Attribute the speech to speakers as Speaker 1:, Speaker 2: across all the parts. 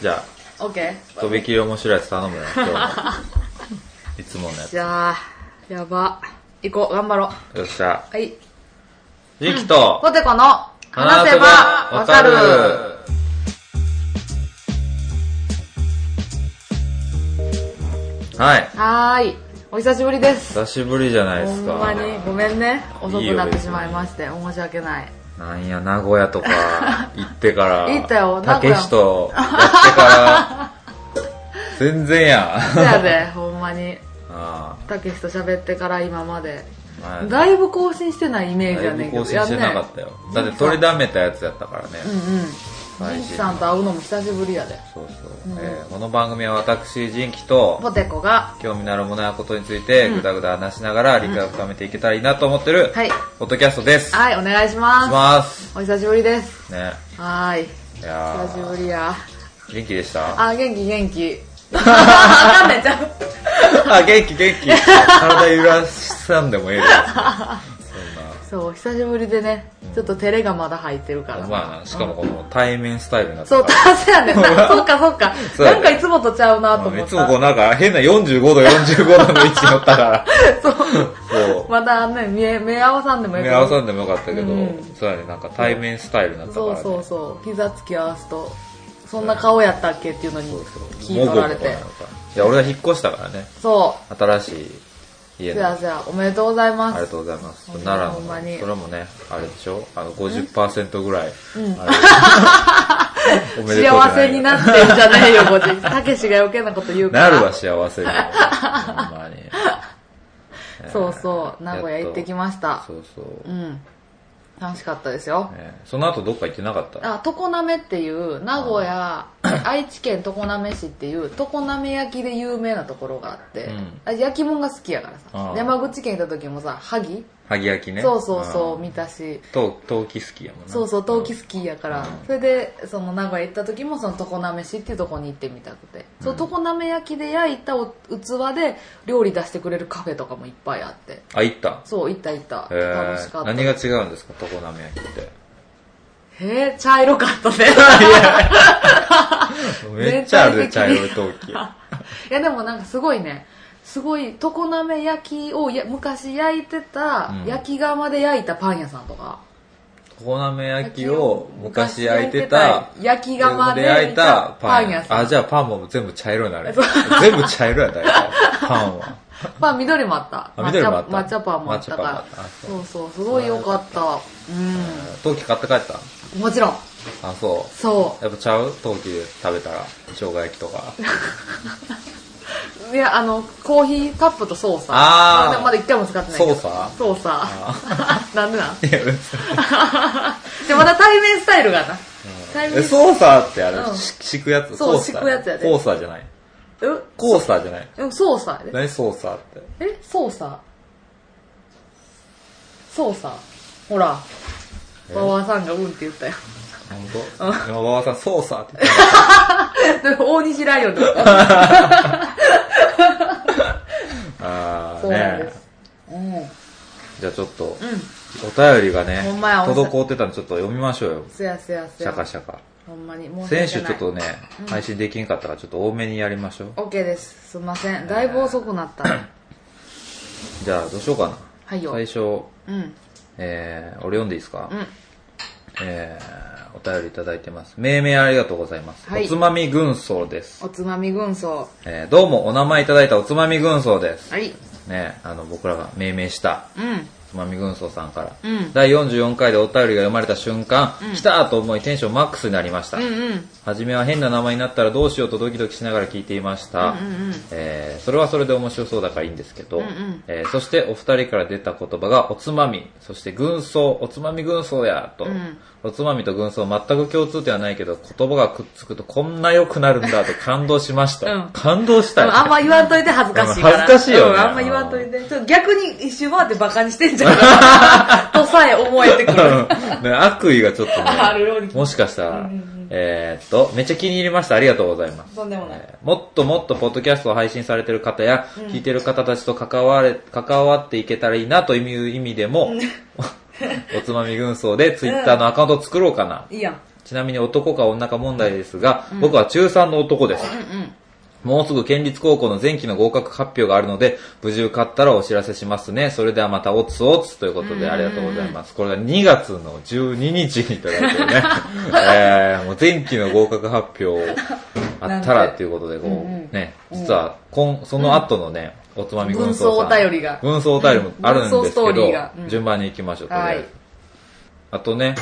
Speaker 1: じゃ
Speaker 2: オッケ
Speaker 1: あ、とびきり面白いやつ頼むよ、今日もいつものや
Speaker 2: ー。じゃあ、やば。行こう、頑張ろう。
Speaker 1: つ。よっしゃ。
Speaker 2: はい。
Speaker 1: 時期と、
Speaker 2: ポテコの話せばわかる。
Speaker 1: はい。
Speaker 2: はーい。お久しぶりです。
Speaker 1: 久しぶりじゃないで
Speaker 2: ほ
Speaker 1: す
Speaker 2: ん
Speaker 1: か。
Speaker 2: まに、ごめんね。遅
Speaker 1: いい
Speaker 2: く
Speaker 1: よ
Speaker 2: なってしまいまして、申し 訳ない。
Speaker 1: なんや、名古屋とか行ってから。
Speaker 2: 行ったよ
Speaker 1: たけしとやってから。全然やん。
Speaker 2: そやで、ほんまに。
Speaker 1: あ
Speaker 2: たけしと喋ってから今まで。
Speaker 1: あまあだ
Speaker 2: だいぶ更新してないイメージや
Speaker 1: い
Speaker 2: ねん
Speaker 1: ぶ
Speaker 2: けど。
Speaker 1: 更新してなかったよ。だって取りだめたやつやったからね。
Speaker 2: やんねうんうん。
Speaker 1: 最
Speaker 2: ジン
Speaker 1: 新
Speaker 2: キさんと会うのも久しぶりやで。
Speaker 1: そうそう。
Speaker 2: うん
Speaker 1: えーこの番組は私、仁気と、
Speaker 2: ポテコが、
Speaker 1: 興味のあるものやことについてぐだぐだ話しながら理解を深めていけたらいいなと思ってる、
Speaker 2: はい
Speaker 1: ポッドキャストです。し
Speaker 2: はい、お願いしま
Speaker 1: ます。
Speaker 2: す。お久しぶりです。
Speaker 1: ね。
Speaker 2: はーい。
Speaker 1: いやー
Speaker 2: 久しぶりや。
Speaker 1: 元気でした
Speaker 2: あ、元気元 気。わかんねえちゃう。
Speaker 1: あ、元気元気。体揺らしたんでもええよ。そ
Speaker 2: そう、久しぶりでね、ちょっと照れがまだ入ってるか
Speaker 1: んな。
Speaker 2: ら。
Speaker 1: まあな、しかもこの対面スタイルになった
Speaker 2: そう、
Speaker 1: か
Speaker 2: たせや ねんな。そっかそっか。
Speaker 1: そうや
Speaker 2: な
Speaker 1: ね
Speaker 2: んかいつもとちゃうな
Speaker 1: ら。
Speaker 2: と
Speaker 1: うん
Speaker 2: 思
Speaker 1: い
Speaker 2: っ
Speaker 1: つもこう
Speaker 2: た。
Speaker 1: なんか変な45度、45度の位置に乗ったから。そう。
Speaker 2: まだね、目、目合わさんでもいい
Speaker 1: 目合わ
Speaker 2: ん
Speaker 1: さんでもよかったけど
Speaker 2: うん、
Speaker 1: そうやね、なんか対面スタイルになったか
Speaker 2: そう
Speaker 1: らね。
Speaker 2: そうそう。膝つき合わすと、そんな顔やったっけっていうのに気取られ
Speaker 1: もごもごな
Speaker 2: て
Speaker 1: の。かいや、俺は引っ越したからね。
Speaker 2: そ。
Speaker 1: 新しいう家
Speaker 2: せ
Speaker 1: の
Speaker 2: やせや、おめでとうござい
Speaker 1: あり
Speaker 2: ま
Speaker 1: が
Speaker 2: す。
Speaker 1: とうございます
Speaker 2: ほんま
Speaker 1: 奈
Speaker 2: ほ
Speaker 1: 良
Speaker 2: んま
Speaker 1: の
Speaker 2: に
Speaker 1: それもねあれでしょあの50%ぐらいあ れおめでとうじゃない
Speaker 2: 幸せになってんじゃねえよ、こっち。たけしが余計なこと言うから。
Speaker 1: なるわ幸 せにほんまに
Speaker 2: そうそう。名古屋行ってきました
Speaker 1: そ。うそう
Speaker 2: うん。楽しかったですよ。
Speaker 1: ねその後どっか行ってなかった
Speaker 2: あ、常滑っていう、名古屋、愛知県常滑市っていう、常滑焼きで有名なところがあって、
Speaker 1: うん
Speaker 2: あ焼き物が好きやから
Speaker 1: あ
Speaker 2: さ。
Speaker 1: ー
Speaker 2: 山口県行った時もさ、萩、
Speaker 1: 萩焼きね
Speaker 2: そうそうそ
Speaker 1: ん
Speaker 2: う、見たし、
Speaker 1: 陶陶器好きやもんな
Speaker 2: そうそう、陶器好きやから、
Speaker 1: うん
Speaker 2: それで、その名古屋行った時も、その常滑市っていうとこに行ってみたくて、そう、常滑焼きで焼いたお器で料理出してくれるカフェとかもいっぱいあって、
Speaker 1: あ行った
Speaker 2: そう、行った行った。
Speaker 1: へ
Speaker 2: 楽しか
Speaker 1: ー
Speaker 2: った。
Speaker 1: 何が違うんですか常滑焼きって
Speaker 2: へえ、茶色かったね。
Speaker 1: めっちゃあるで茶色い陶器
Speaker 2: いやでもなんかすごいねすごい常滑焼きをや昔焼いてた、
Speaker 1: うん
Speaker 2: 焼き釜で焼いたパン屋さん とか
Speaker 1: 常滑焼きを昔焼いてた
Speaker 2: 焼き釜で
Speaker 1: 焼いたパン
Speaker 2: 屋
Speaker 1: 屋
Speaker 2: さん
Speaker 1: あ、じゃあパンも全部茶色にな る。全部茶色やだよ、パンは。
Speaker 2: パン緑もあった
Speaker 1: あ緑もあった
Speaker 2: 抹茶抹茶パンもあっ
Speaker 1: 抹
Speaker 2: たか
Speaker 1: 茶
Speaker 2: ら
Speaker 1: パンもあったあ
Speaker 2: そうそうすごい良かったう
Speaker 1: 陶器買って帰った
Speaker 2: んもちろん
Speaker 1: あ、そう。
Speaker 2: そ
Speaker 1: やっぱちゃう陶器で食べたら、生姜焼きと か。
Speaker 2: ういやあのコーヒーカップとソーサー
Speaker 1: あー
Speaker 2: でもまだ一回も使ってないけど
Speaker 1: ソーサー
Speaker 2: ソーサー なんでな
Speaker 1: い
Speaker 2: ん
Speaker 1: や、別に
Speaker 2: でまだ対面スタイルがな対
Speaker 1: え
Speaker 2: 面ス
Speaker 1: ソーサーってあ
Speaker 2: う
Speaker 1: れ、
Speaker 2: ん
Speaker 1: し敷くやつ
Speaker 2: そう
Speaker 1: ソーサー
Speaker 2: 敷くやつやで
Speaker 1: コーサーじゃない。
Speaker 2: うん
Speaker 1: コーサーじゃない。
Speaker 2: うんソーサーやで
Speaker 1: 何ソーサーって。
Speaker 2: え操作操作ほら
Speaker 1: え
Speaker 2: 馬場さんがうんって言ったよ
Speaker 1: 本当今、馬場さん、ソーサーって言 っ
Speaker 2: 大西ライオンだった
Speaker 1: た。あー
Speaker 2: そうなん
Speaker 1: ね
Speaker 2: です、うんうん
Speaker 1: じゃあちょっと、お便りがね
Speaker 2: ほんまや、お便り
Speaker 1: 滞ってたんでちょっと読みましょうよ。
Speaker 2: せやせや
Speaker 1: シ
Speaker 2: せ
Speaker 1: ャカ
Speaker 2: や
Speaker 1: シャカ。
Speaker 2: ほんまに申し訳な
Speaker 1: 先
Speaker 2: い
Speaker 1: 週ちょっとね、配信できんかったからちょっと多めにやりましょう
Speaker 2: OK ですすいませんだいぶ遅くなった、
Speaker 1: じゃあどうしようかな
Speaker 2: はいよ、
Speaker 1: 最初、
Speaker 2: うん
Speaker 1: えー、俺読んでいいですか、
Speaker 2: うん
Speaker 1: えー、お便りいただいてます命名ありがとうございます、
Speaker 2: はい
Speaker 1: おつまみ軍曹です、
Speaker 2: おつまみ軍曹
Speaker 1: えー、どうもお名前いただいたおつまみ軍曹です
Speaker 2: はい
Speaker 1: ねあの僕らが命名した
Speaker 2: うん
Speaker 1: おつまみ軍曹さんから、
Speaker 2: うん
Speaker 1: 第44回でお便りが読まれた瞬間、来たと思いテンションマックスになりました、
Speaker 2: うんうん
Speaker 1: 初めは変な名前になったらどうしようとドキドキしながら聞いていました、
Speaker 2: うんうん
Speaker 1: えーそれはそれで面白そうだからいいんですけど、
Speaker 2: んうん
Speaker 1: えーそしてお二人から出た言葉がおつまみそして軍曹おつまみ軍曹やと、
Speaker 2: ん
Speaker 1: おつまみと軍曹全く共通点はないけど言葉がくっつくとこんな良くなるんだと感動しました、
Speaker 2: うん
Speaker 1: 感動し
Speaker 2: で
Speaker 1: た
Speaker 2: もあんま言わんといて恥ずかしいから。
Speaker 1: 恥ずかしいよね
Speaker 2: うんあんま言わんといて。ちょっと逆に一周回ってバカにし てんじゃんかな。とさえ思えてくる。
Speaker 1: ね悪意がちょっとね
Speaker 2: あるように
Speaker 1: もしかしたら、えーっと、めっちゃ気に入りました。ありがとうございます。
Speaker 2: とんでもない
Speaker 1: えーもっともっとポッドキャストを配信されてる方や、聞いてる方たちと関われ、関わっていけたらいいなと いう意味でも、おつまみ軍曹でツイッターのアカウントを作ろうかな。
Speaker 2: いいやん。
Speaker 1: ちなみに男か女か問題ですが、僕は中3の男です。もうすぐ県立高校の前期の合格発表があるので、無事受かったらお知らせしますね。それではまたおつおつということでありがとうございます。これが2月の12日にいただいて るね。えー、もう前期の合格発表あったらっていうことで、こう、
Speaker 2: うんうん
Speaker 1: ね、実はこん、その後のね、おつまみ軍曹さん。
Speaker 2: 文曹お便りが
Speaker 1: 軍曹お便りもあるん
Speaker 2: 文
Speaker 1: で
Speaker 2: 曹ス
Speaker 1: すけ
Speaker 2: トーリー
Speaker 1: ど
Speaker 2: が、うん
Speaker 1: 順番に行きましょう、とりあえず
Speaker 2: はい
Speaker 1: あとね、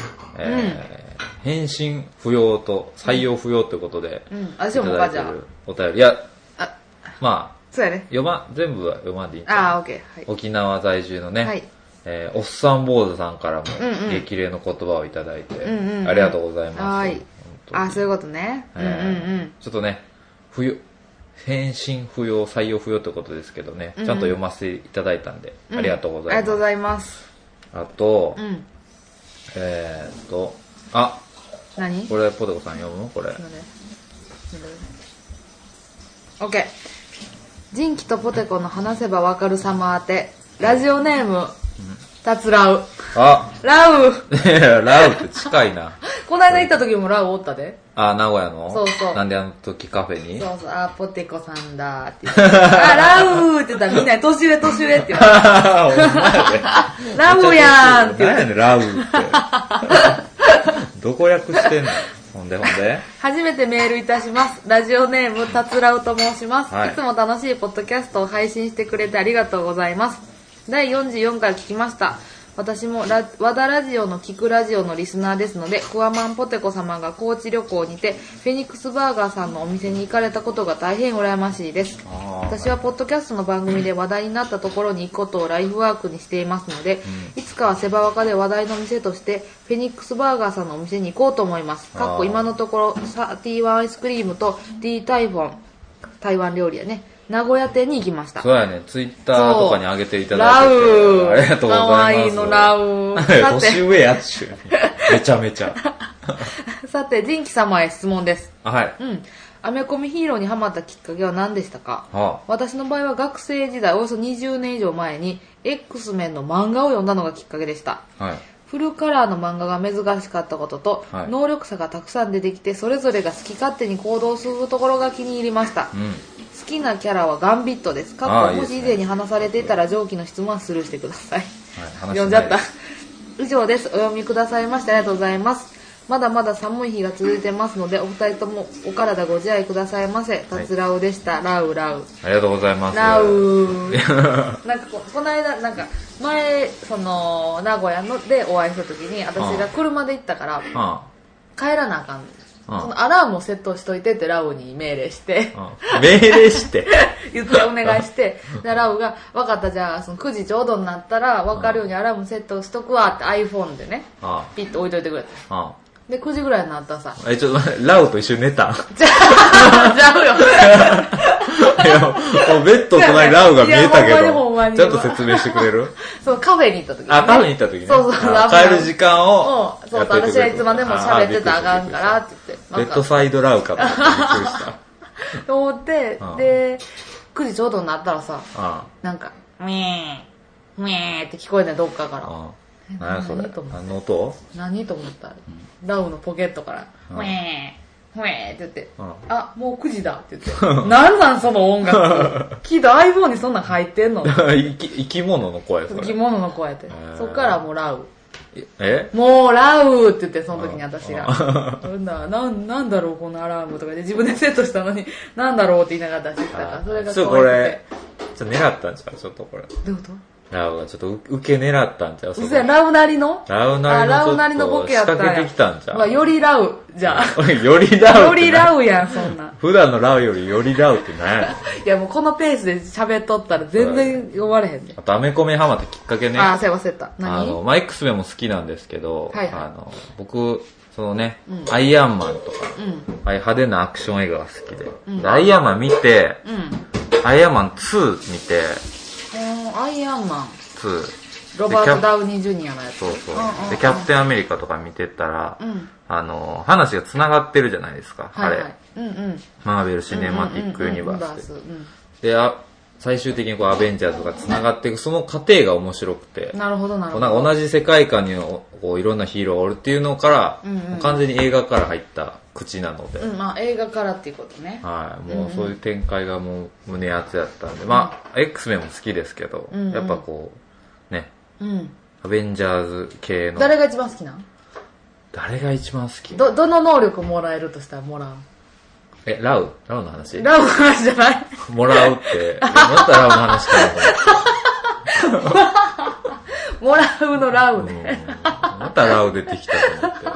Speaker 1: えー返信不要と採用不要ということで、
Speaker 2: うん私もかじゃ
Speaker 1: お便り。いや、
Speaker 2: あ
Speaker 1: まあ、
Speaker 2: そうやね
Speaker 1: 読ま、全部は読まんでいいんちゃう
Speaker 2: ああオッケーはい
Speaker 1: 沖縄在住のね、
Speaker 2: はい
Speaker 1: えーおっさん坊主さんからも
Speaker 2: うんうん
Speaker 1: 激励の言葉をいただいて、
Speaker 2: んうんうん
Speaker 1: ありがとうございます。
Speaker 2: はい
Speaker 1: 本当に
Speaker 2: あそういうことねうんうん
Speaker 1: えーちょっとね、不要、返信不要、採用不要ということですけどね、ちゃんと読ませていただいたんで、
Speaker 2: うん
Speaker 1: ありがとうご
Speaker 2: うんあ
Speaker 1: ざ
Speaker 2: り
Speaker 1: い
Speaker 2: が
Speaker 1: ます
Speaker 2: とう。ございます
Speaker 1: あと、
Speaker 2: うん
Speaker 1: えーっと、あ、
Speaker 2: 何
Speaker 1: これポテコさん読むこれ。
Speaker 2: すいませんすいません OK ジンキとポテコの話せばわかる様宛てラジオネームたつらう
Speaker 1: あ、
Speaker 2: ラウ
Speaker 1: いやラウって近いな。
Speaker 2: この間行った時もラウおったで
Speaker 1: あ、名古屋の
Speaker 2: そうそう
Speaker 1: なんであの時カフェ に
Speaker 2: そうそうあポテコさんだーって言ってあ ラウって言ったらみんなに年上年上って 言われて
Speaker 1: あーほんまやで
Speaker 2: ラウやんって言わ
Speaker 1: 何や
Speaker 2: れて
Speaker 1: ねん、ラウ って。どこ略してんのほんでほんで。
Speaker 2: 初めてメールいたします。ラジオネーム、たつらうと申します、
Speaker 1: はい
Speaker 2: い。つも楽しいポッドキャストを配信してくれてありがとうございます。第44回聞きました。私もラ和田ラジオの聞くラジオのリスナーですので、クワマンポテコ様が高知旅行にて、フェニックスバーガーさんのお店に行かれたことが大変羨ましいです。
Speaker 1: あー
Speaker 2: 私はポッドキャストの番組で話題になったところに行くことをライフワークにしていますので、いつかはセバワカで話題の店としてフェニックスバーガーさんのお店に行こうと思います
Speaker 1: あー
Speaker 2: かっこ今のところサーティワンアイスクリームと D タイフォン台湾料理やね名古屋店に行きました
Speaker 1: そうやね、ツイッターとかに上げていただ
Speaker 2: ラ
Speaker 1: いてて。
Speaker 2: ウ
Speaker 1: ありがとうございます。
Speaker 2: 可愛いのラウさ
Speaker 1: 年
Speaker 2: て
Speaker 1: 上やっちゅう。めちゃめちゃ。
Speaker 2: さてジンキ様へ質問です
Speaker 1: あはい。
Speaker 2: うんアメコミヒーローにハマったきっかけは何でしたか
Speaker 1: あ
Speaker 2: 私の場合は学生時代およそ20年以上前に X メンの漫画を読んだのがきっかけでした
Speaker 1: はい。
Speaker 2: フルカラーの漫画が珍しかったことと、
Speaker 1: はい
Speaker 2: 能力差がたくさん出てきてそれぞれが好き勝手に行動するところが気に入りました、
Speaker 1: う
Speaker 2: 好
Speaker 1: ん。
Speaker 2: きなキャラはガンビットです
Speaker 1: あ
Speaker 2: か
Speaker 1: あ
Speaker 2: っこ
Speaker 1: いい
Speaker 2: も
Speaker 1: ですね
Speaker 2: し以前に話されていたら上記の質問はスルーしてください、
Speaker 1: はい話しない
Speaker 2: 読んじゃった以上ですお読みくださいましてありがとうございますまだまだ寒い日が続いてますのでお二人ともお体ご自愛くださいませたつらうでした、ラウラウ
Speaker 1: ありがとうございます。
Speaker 2: ラウなんかここの間なんか前その名古屋のでお会いした時に私が車で行ったか ら
Speaker 1: あ
Speaker 2: 帰らなあかん
Speaker 1: ああ
Speaker 2: そのアラームをセットしといてってラウに命令して
Speaker 1: ああ命令して。
Speaker 2: 言ってお願いしてでラウが「分かったじゃあその9時ちょうどになったら分かるようにアラームセットしとくわ」って iPhone でね
Speaker 1: あ
Speaker 2: ピッと置いといてくれて
Speaker 1: あ
Speaker 2: で9時ぐらいになったらさ
Speaker 1: あえ、ちょっと待って、ラウと一緒に寝た。
Speaker 2: 「じゃあじゃあよ」
Speaker 1: いや、もうベッドの隣にラウが見えたけ
Speaker 2: いやほんま
Speaker 1: ど、
Speaker 2: にほんまに
Speaker 1: ちゃんと説明してくれ る
Speaker 2: そのカフェに行った時、ね、
Speaker 1: あ、カフェに行った時ね。
Speaker 2: そうそうそう
Speaker 1: あ帰る時間を
Speaker 2: もう、そう、
Speaker 1: やっとてく
Speaker 2: 私
Speaker 1: れ
Speaker 2: は
Speaker 1: る
Speaker 2: いつまでも喋ってたらあかんからって言って、
Speaker 1: ベ
Speaker 2: なん
Speaker 1: ッド
Speaker 2: か、
Speaker 1: サイドラウかと思ってびっくりした。
Speaker 2: と思って
Speaker 1: うん、
Speaker 2: で、9時ちょうどになったらさ、
Speaker 1: あ
Speaker 2: なんか、ウィーン、ウィーンって聞こえてどっかから。
Speaker 1: あ。うん何やそれ
Speaker 2: 何と。思って
Speaker 1: 何の音
Speaker 2: 何と思ったら、ダウのポケットから、
Speaker 1: うん
Speaker 2: ウィーン、ウィーンって言って
Speaker 1: うん、
Speaker 2: あ、もう9時だって言って、なんなんその音楽。 聞いた iPhone にそんなん入ってんの
Speaker 1: 生き生き物の声、そ
Speaker 2: 生き
Speaker 1: れ。
Speaker 2: 物の声やって
Speaker 1: ー。
Speaker 2: そっからもうラウ。
Speaker 1: え
Speaker 2: もうラウって言って、その時に私が
Speaker 1: あ。
Speaker 2: なんだ、なんなんだろう、このアラームとかで自分でセットしたのに、なんだろうって言いながら出してきたか
Speaker 1: あ
Speaker 2: ら、それが
Speaker 1: ちょっと
Speaker 2: 可
Speaker 1: こ
Speaker 2: 愛
Speaker 1: れ
Speaker 2: く、
Speaker 1: ちょっと狙ったんちゃうちょっとこれ。
Speaker 2: て。どういうこと
Speaker 1: ラウがちょっと受け狙ったんちゃうそこ
Speaker 2: 実はラウなりの
Speaker 1: ラウな
Speaker 2: あ
Speaker 1: りの
Speaker 2: ラ
Speaker 1: ちょっと
Speaker 2: ウなりのボケやったん
Speaker 1: 仕
Speaker 2: や。
Speaker 1: 掛けてきたんじゃん
Speaker 2: うわよりラウ、じゃ
Speaker 1: より
Speaker 2: あ。
Speaker 1: ラウ。
Speaker 2: よりラウやん、そんな。
Speaker 1: 普段のラウよりよりラウって何やねん
Speaker 2: いや、もうこのペースで喋っとったら全然呼ばれへんね。
Speaker 1: あと、アメコミハマったきっかけね。
Speaker 2: あー、そうや忘れた。
Speaker 1: あの、
Speaker 2: 何
Speaker 1: まあ、X メも好きなんですけど、
Speaker 2: はいはい
Speaker 1: あの、僕、そのね、
Speaker 2: うん
Speaker 1: アイアンマンとか、
Speaker 2: うん。
Speaker 1: ああいう派手なアクション映画が好きで、
Speaker 2: うん
Speaker 1: でアイアンマン見て、
Speaker 2: うん。
Speaker 1: アイアンマン2見て、
Speaker 2: おーアイアンマン。
Speaker 1: 2、
Speaker 2: ロバート・ダウニー・ジュニアのやつ。
Speaker 1: そうそう、
Speaker 2: んんん
Speaker 1: で、キャプテンアメリカとか見てたら、
Speaker 2: うん。
Speaker 1: あの、話が繋がってるじゃないですか、
Speaker 2: はい
Speaker 1: あ
Speaker 2: は
Speaker 1: れ
Speaker 2: い。。うんうん。
Speaker 1: マーベル・シネマティック・ユニバースで。
Speaker 2: うんうんうんうん
Speaker 1: で、あ、最終的にこうアベンジャーズが繋がっていく、その過程が面白くて、
Speaker 2: なるほどなる
Speaker 1: こう
Speaker 2: ほ
Speaker 1: なん
Speaker 2: ど
Speaker 1: か同じ世界観にこういろんなヒーローがおるっていうのから、
Speaker 2: うんうん
Speaker 1: もう完全に映画から入った口なので、
Speaker 2: うんまあ映画からっていうことね
Speaker 1: はい、もうそういう展開がもう胸熱やったんで、まあ、X メンも好きですけど、
Speaker 2: うんうん
Speaker 1: やっぱこう、ね、
Speaker 2: うん
Speaker 1: アベンジャーズ系の、
Speaker 2: 誰が一番好きなん
Speaker 1: 誰が一番好き
Speaker 2: どどの能力もらえるとしたらもらう
Speaker 1: え、ラウラウの話
Speaker 2: ラブ話じゃない
Speaker 1: もらうって、またラウの話かよ
Speaker 2: もらうのラ
Speaker 1: うん
Speaker 2: ブね、
Speaker 1: またラウ出てきたと思って。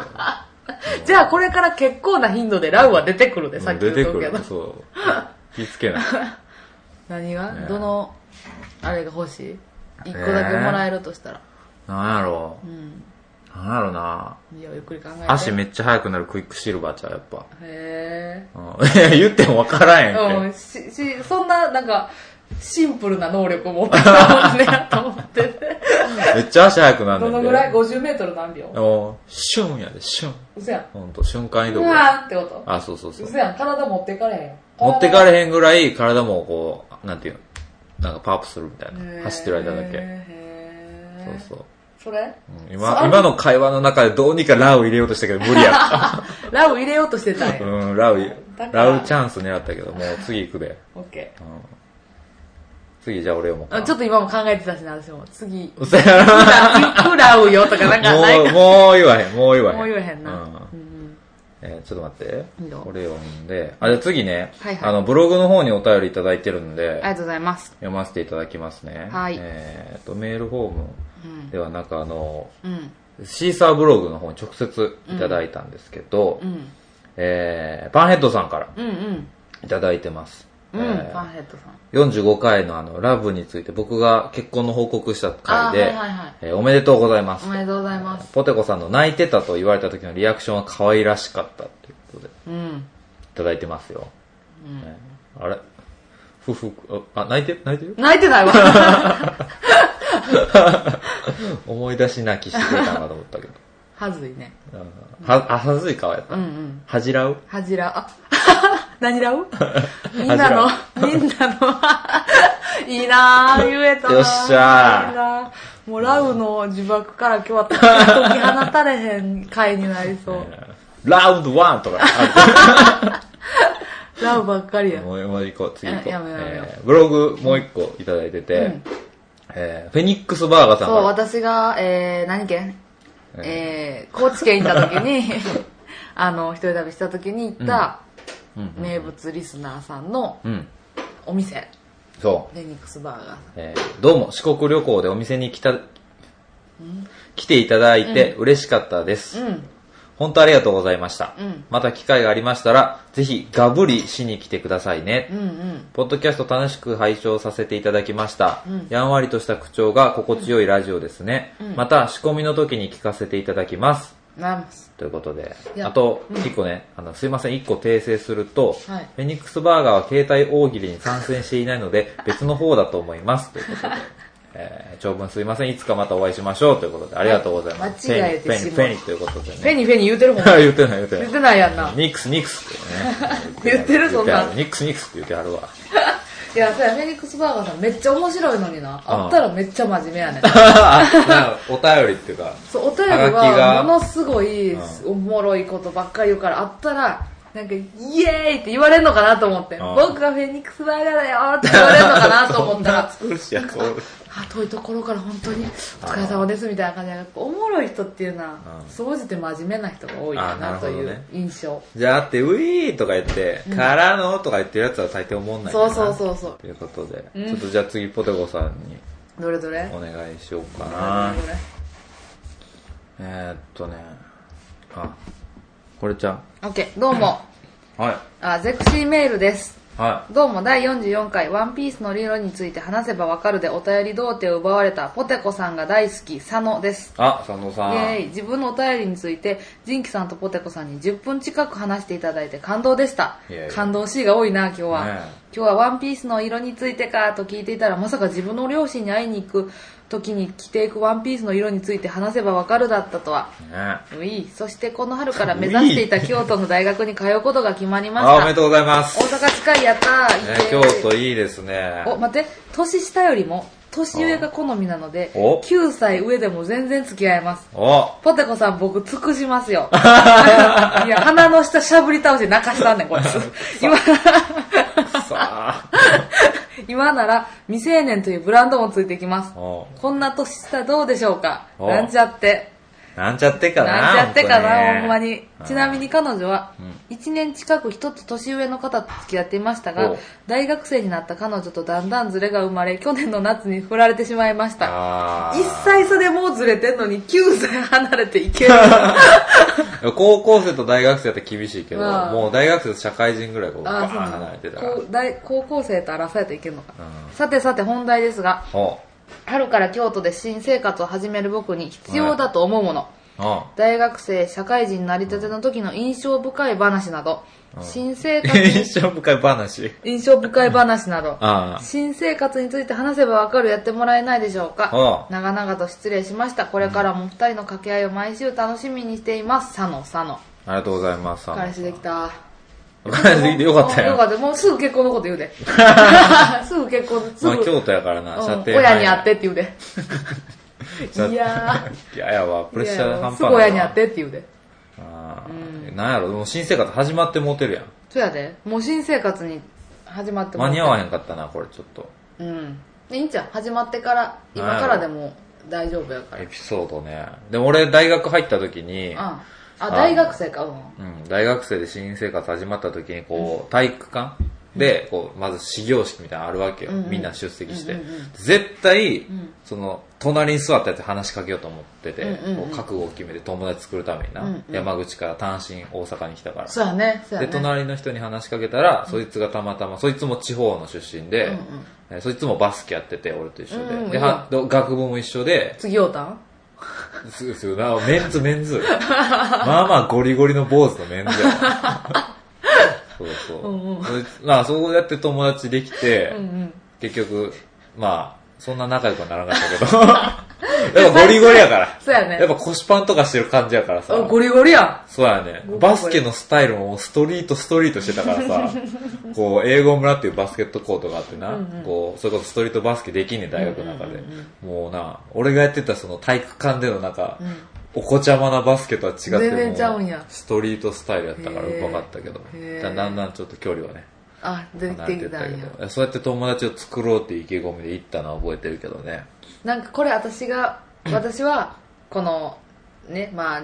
Speaker 2: じゃあこれから結構な頻度でラウは出てくるで、さっき言
Speaker 1: 出
Speaker 2: ってと
Speaker 1: く
Speaker 2: くけ
Speaker 1: る
Speaker 2: ど。
Speaker 1: そう気付け ない
Speaker 2: 何が、
Speaker 1: ね
Speaker 2: どの、あれが欲しい一個だけもらえるとしたら。
Speaker 1: なんやろ
Speaker 2: うん。
Speaker 1: なんやろない
Speaker 2: や、ゆっくり考えて。
Speaker 1: 足
Speaker 2: へ
Speaker 1: めっちゃ速くなるクイックシルバーちゃうやっぱ、
Speaker 2: え。
Speaker 1: うん、 いや言っても分からへんって、
Speaker 2: うん、し、し、そんな、なんか、シンプルな能力を持ってたもんね、 と思ってて。
Speaker 1: めっちゃ足速くなるね
Speaker 2: ど
Speaker 1: ん
Speaker 2: のぐらい ?50 メートル何秒
Speaker 1: うんシュンやでシュン
Speaker 2: 嘘やん。
Speaker 1: ほんと瞬間移
Speaker 2: う
Speaker 1: 動
Speaker 2: わーってこと
Speaker 1: あそうそうそう
Speaker 2: 嘘やん、体持ってかれへんよ。
Speaker 1: 持ってか
Speaker 2: れ
Speaker 1: れへんぐらい体もこうなんていうのなんかパワーアップするみたいな走ってる間だけ
Speaker 2: け
Speaker 1: そうそう
Speaker 2: それ
Speaker 1: うん
Speaker 2: そ
Speaker 1: 今
Speaker 2: う
Speaker 1: 今の会話の中でどうにかラウ入れようとしたけど無理やった
Speaker 2: ラウ入れようとしてたんや。
Speaker 1: うん、ラウ
Speaker 2: だ、から
Speaker 1: ラウチャンス狙ったけど、もう次行くで。
Speaker 2: オッケ
Speaker 1: うん、次じゃあ俺も
Speaker 2: ー。あちょっと今も考えてたしな、私も。次、
Speaker 1: うっせえな
Speaker 2: フラうよとかなんかない
Speaker 1: もう、もう言わへん、もう言わへん。
Speaker 2: もう言わへんな。
Speaker 1: うん
Speaker 2: うん
Speaker 1: えーちょっと待って
Speaker 2: いいよ。
Speaker 1: これ読んで。あ、じゃあ次ね、
Speaker 2: はいはい
Speaker 1: あの、ブログの方にお便りいただいてるん
Speaker 2: あ
Speaker 1: で
Speaker 2: り、がとうございます。
Speaker 1: 読ませていただきますね。
Speaker 2: はい
Speaker 1: えっと、メールフォーム
Speaker 2: うん。
Speaker 1: ではなんかあの、
Speaker 2: うん。
Speaker 1: シーサーブログの方に直接いただいたんですけど、
Speaker 2: うん。
Speaker 1: えー、パンヘッドさんから
Speaker 2: うん。うん。
Speaker 1: いただいてます。
Speaker 2: う
Speaker 1: え
Speaker 2: ん。
Speaker 1: ー
Speaker 2: パンヘッドさん。
Speaker 1: 45回のあの、ラブについて僕が結婚の報告した
Speaker 2: あ
Speaker 1: 回
Speaker 2: ー、はい
Speaker 1: で、
Speaker 2: はいはい。
Speaker 1: えーおめでとうございます
Speaker 2: お。めでとうございます。
Speaker 1: ポテコさんの泣いてたと言われた時のリアクションは可愛らしかったっていうことで、い
Speaker 2: うん。
Speaker 1: ただいてますよ。
Speaker 2: うん
Speaker 1: ねあれ夫婦、あ、泣いてる泣いてる
Speaker 2: 泣いてないわ。
Speaker 1: 思い出し泣きしてくれたなと思ったけど。
Speaker 2: はずいね。
Speaker 1: うんは、あ、はずい顔やった。
Speaker 2: うんうん。
Speaker 1: 恥じらう
Speaker 2: 恥じらう、 あ、何らうみんなの、 みんなの、いいなぁ、言えたなぁ
Speaker 1: よっしゃー
Speaker 2: いいなぁもうラウの呪縛から今日は解き放たれへん回になり そう。
Speaker 1: ラウンドワンとか。
Speaker 2: ラウばっかりや。
Speaker 1: もうもう一個、次行こう。
Speaker 2: ややめようやめよう
Speaker 1: えーブログもう一個いただいてて、
Speaker 2: うん
Speaker 1: えーフェニックスバーガーさん
Speaker 2: そう、
Speaker 1: が
Speaker 2: 私が、えー、何県えー、高知県行った時 に、あの、一人旅した時に行った
Speaker 1: うんうん
Speaker 2: 名物リスナーさんの
Speaker 1: うん、
Speaker 2: お店、
Speaker 1: そう。
Speaker 2: フェニックスバーガーさん。
Speaker 1: えーどうも、四国旅行でお店に来た、来ていただいて嬉しかったです。
Speaker 2: うん
Speaker 1: 本当ありがとうございました。
Speaker 2: うん
Speaker 1: また機会がありましたら、ぜひガブリしに来てくださいね。
Speaker 2: うんうん。
Speaker 1: ポッドキャスト楽しく拝聴させていただきました。やんわりとした口調が心地よいラジオですね。また仕込みの時に聞かせていただきます。
Speaker 2: なます。
Speaker 1: ということで
Speaker 2: い。や
Speaker 1: あと、一個ね、あの、すいません、一個訂正すると、
Speaker 2: はい
Speaker 1: フェニックスバーガーは携帯大喜利に参戦していないので、別の方だと思います。ということで。えー長文すいません、いつかまたお会いしましょうということで、ありがとうございます。
Speaker 2: 間違えてしまう
Speaker 1: フェニフェニ、フェニということで
Speaker 2: フェ
Speaker 1: ね。
Speaker 2: ニフェニ言うてるも ん。
Speaker 1: 言ってない、言ってない
Speaker 2: 言っ。てないやんな。
Speaker 1: ニックス、ニックスってね。
Speaker 2: 言ってるそんな
Speaker 1: 言ってあるニックス、ニックスって言ってある わ。
Speaker 2: いや、そうや、フェニックスバーガーさんめっちゃ面白いのにな。あったらめっちゃ真面目やねん。
Speaker 1: あなんかお便りっていうか、
Speaker 2: そう、お便り
Speaker 1: はがき
Speaker 2: は
Speaker 1: が
Speaker 2: ものすごい
Speaker 1: うん
Speaker 2: おもろいことばっかり言うから、あったら、なんか、イエーイって言われるのかなと思って、
Speaker 1: うん
Speaker 2: 僕がフェニックスバーガーだよーって言われるのかなと思ったら、
Speaker 1: 作るしやつおる
Speaker 2: あ、遠いところから本当にお疲れ様ですみたいな感じで、やっぱおもろい人っていうのは
Speaker 1: う、ん
Speaker 2: 総じて真面目な人が多い
Speaker 1: あ
Speaker 2: か
Speaker 1: なる
Speaker 2: な
Speaker 1: ほ
Speaker 2: と
Speaker 1: どね
Speaker 2: いう印象。
Speaker 1: じゃあって、ウィーとか言って、からのとか言ってるやつは大抵思んないか
Speaker 2: そう
Speaker 1: な
Speaker 2: そうそうそう。
Speaker 1: ということで、
Speaker 2: うん
Speaker 1: ちょっとじゃあ次ポテコさんに
Speaker 2: どれどれ
Speaker 1: お願いしようか
Speaker 2: ど
Speaker 1: な
Speaker 2: れ。どれ
Speaker 1: えー、っとね、あ、これちゃ
Speaker 2: オッケー、どうも。
Speaker 1: ん。はい。
Speaker 2: あ、ゼクシーメールです。
Speaker 1: は
Speaker 2: どうも第44回ワンピースの理論について話せばわかるでお便り童貞を奪われたポテコさんが大好き佐野です。
Speaker 1: い。あ、佐野さ
Speaker 2: イ
Speaker 1: ん。
Speaker 2: エーイ自分のお便りについてジンキさんとポテコさんに10分近く話していただいて感動でした
Speaker 1: イエーイ
Speaker 2: 感動しいが多いな今日は、
Speaker 1: ね
Speaker 2: 今日はワンピースの色についてかと聞いていたらまさか自分の両親に会いに行く時に着ていくワンピースの色について話せばわかるだったとは
Speaker 1: ね
Speaker 2: ういそしてこの春から目指していた京都の大学に通うことが決まりま
Speaker 1: あ、おめ
Speaker 2: し
Speaker 1: で
Speaker 2: た
Speaker 1: とうございます。
Speaker 2: 大阪近いやったー
Speaker 1: ね
Speaker 2: イエーイ、
Speaker 1: 京都いいですね。
Speaker 2: お待って年下よりも年上が好みなので
Speaker 1: お
Speaker 2: 9歳上でも全然付き合えます
Speaker 1: お
Speaker 2: ポテコさん僕尽くしま すよいや鼻の下しゃぶり倒して泣かしたんねんこいつ今
Speaker 1: さあ。
Speaker 2: 今なら未成年というブランドもついてきます
Speaker 1: お
Speaker 2: こんな年下どうでしょうか
Speaker 1: お
Speaker 2: なんちゃって
Speaker 1: なんちゃってかな。
Speaker 2: なんちゃってか
Speaker 1: 本当ね
Speaker 2: なほんまにちなみ。に彼女は
Speaker 1: う
Speaker 2: 1年近く一つ年上の方と付き合っていましたが
Speaker 1: お
Speaker 2: 大学生になった彼女とだんだんズレが生まれ去年の夏に振られてしまいました
Speaker 1: あ
Speaker 2: 一
Speaker 1: あ。
Speaker 2: 歳差でもうずれてんのに9歳離れていける
Speaker 1: 高校生と大学生だって厳しいけど、
Speaker 2: うん
Speaker 1: もう大学生と社会人ぐらいこう、
Speaker 2: あ
Speaker 1: バ
Speaker 2: あそう
Speaker 1: ーン
Speaker 2: な
Speaker 1: 離れてたか
Speaker 2: のこう大高校生と争えていけるのか、
Speaker 1: う
Speaker 2: さてさて本題ですが
Speaker 1: ら。お
Speaker 2: 春から京都で新生活を始める僕に必要だと思うもの、
Speaker 1: お
Speaker 2: 大学生社会人になりたての時の印象深い話など、新生 活に
Speaker 1: 印象深い 話。
Speaker 2: 印象深い話など
Speaker 1: あ
Speaker 2: 新生活について話せばわかるやってもらえないでしょう
Speaker 1: あ
Speaker 2: か
Speaker 1: あ
Speaker 2: 長々と失礼しましたこれからも二人の掛け合いを毎週楽しみにしています佐野佐野
Speaker 1: あ。ありがとうございます。
Speaker 2: 彼氏できた
Speaker 1: 彼氏できてよかった
Speaker 2: よ
Speaker 1: よ
Speaker 2: か。った。もうすぐ結婚のこと言 うで。すぐ結婚、すぐ
Speaker 1: ま。あ、京都やからな、
Speaker 2: う
Speaker 1: 射
Speaker 2: ん
Speaker 1: 程。
Speaker 2: 親に会ってって言うで。
Speaker 1: 射程
Speaker 2: いや
Speaker 1: いややわ、
Speaker 2: ー。
Speaker 1: プレッシャー半端ない。
Speaker 2: すぐ親に会っ。てって言うで。
Speaker 1: あーなんやろ、もう新生活始まってもうてるやん。
Speaker 2: そやで。もう新生活に始まっても
Speaker 1: 間に合わ
Speaker 2: へ
Speaker 1: へんかったな、これちょっと。
Speaker 2: ん。うん。でいいんちゃう始まってから、今からでも大丈夫やから。う
Speaker 1: エ
Speaker 2: ん。
Speaker 1: ピソードね。でも俺、大学入った時に、
Speaker 2: あ、大学生か。うん。
Speaker 1: うん、大学生で新生活始まった時に、こう、体育館で、こう、まず始業式みたいなのあるわけよ。
Speaker 2: うんうん
Speaker 1: みんな出席して。
Speaker 2: うんうんうん
Speaker 1: 絶対、
Speaker 2: ん
Speaker 1: その、隣に座ったやつに話しかけようと思ってて、
Speaker 2: うんうんうん
Speaker 1: こう覚悟を決めて友達作るためにな、
Speaker 2: うんうん
Speaker 1: 山口から単身大阪に来たから。
Speaker 2: そうやね。そうや
Speaker 1: で、
Speaker 2: ね。
Speaker 1: 隣の人に話しかけたら、そいつがたまたま、そいつも地方の出身で、
Speaker 2: うんうん
Speaker 1: えーそいつもバスケやってて、俺と一緒で。
Speaker 2: うんうん
Speaker 1: ではで学部も一緒で、
Speaker 2: 次おたん
Speaker 1: すすな、メンズ、メンズ。まあまあゴリゴリの坊主のメンズや わそうそう。
Speaker 2: うんうん
Speaker 1: そいつまあ、そうやって友達できて、
Speaker 2: うんうん。
Speaker 1: 結局、まあ、そんな仲良くはならなかったけど。やっ ぱゴリゴリやから。
Speaker 2: そうやね
Speaker 1: やっぱ腰パンとかしてる感じやからさ。
Speaker 2: あゴリゴリや
Speaker 1: そうやね。バスケのスタイルもストリートストリートしてた からさ、こう、英語村っていうバスケットコートがあってな、こう、それこそストリートバスケできんねん、大学の中で。もうな、俺がやってたその体育館でのなんか、おこちゃまなバスケとは違って、
Speaker 2: 全然
Speaker 1: もう
Speaker 2: ちゃうんや
Speaker 1: ストリートスタイルやったからうまかったけど
Speaker 2: へーへ、ー
Speaker 1: だだんだんちょっと距離はね、
Speaker 2: ん。あ、出
Speaker 1: 離
Speaker 2: て
Speaker 1: れて
Speaker 2: き
Speaker 1: った
Speaker 2: た
Speaker 1: け
Speaker 2: んや。
Speaker 1: ど、そうやって友達を作ろうっていう意気込みで行ったのは覚えてるけどね。
Speaker 2: なんかこれ私が私はこのねまあ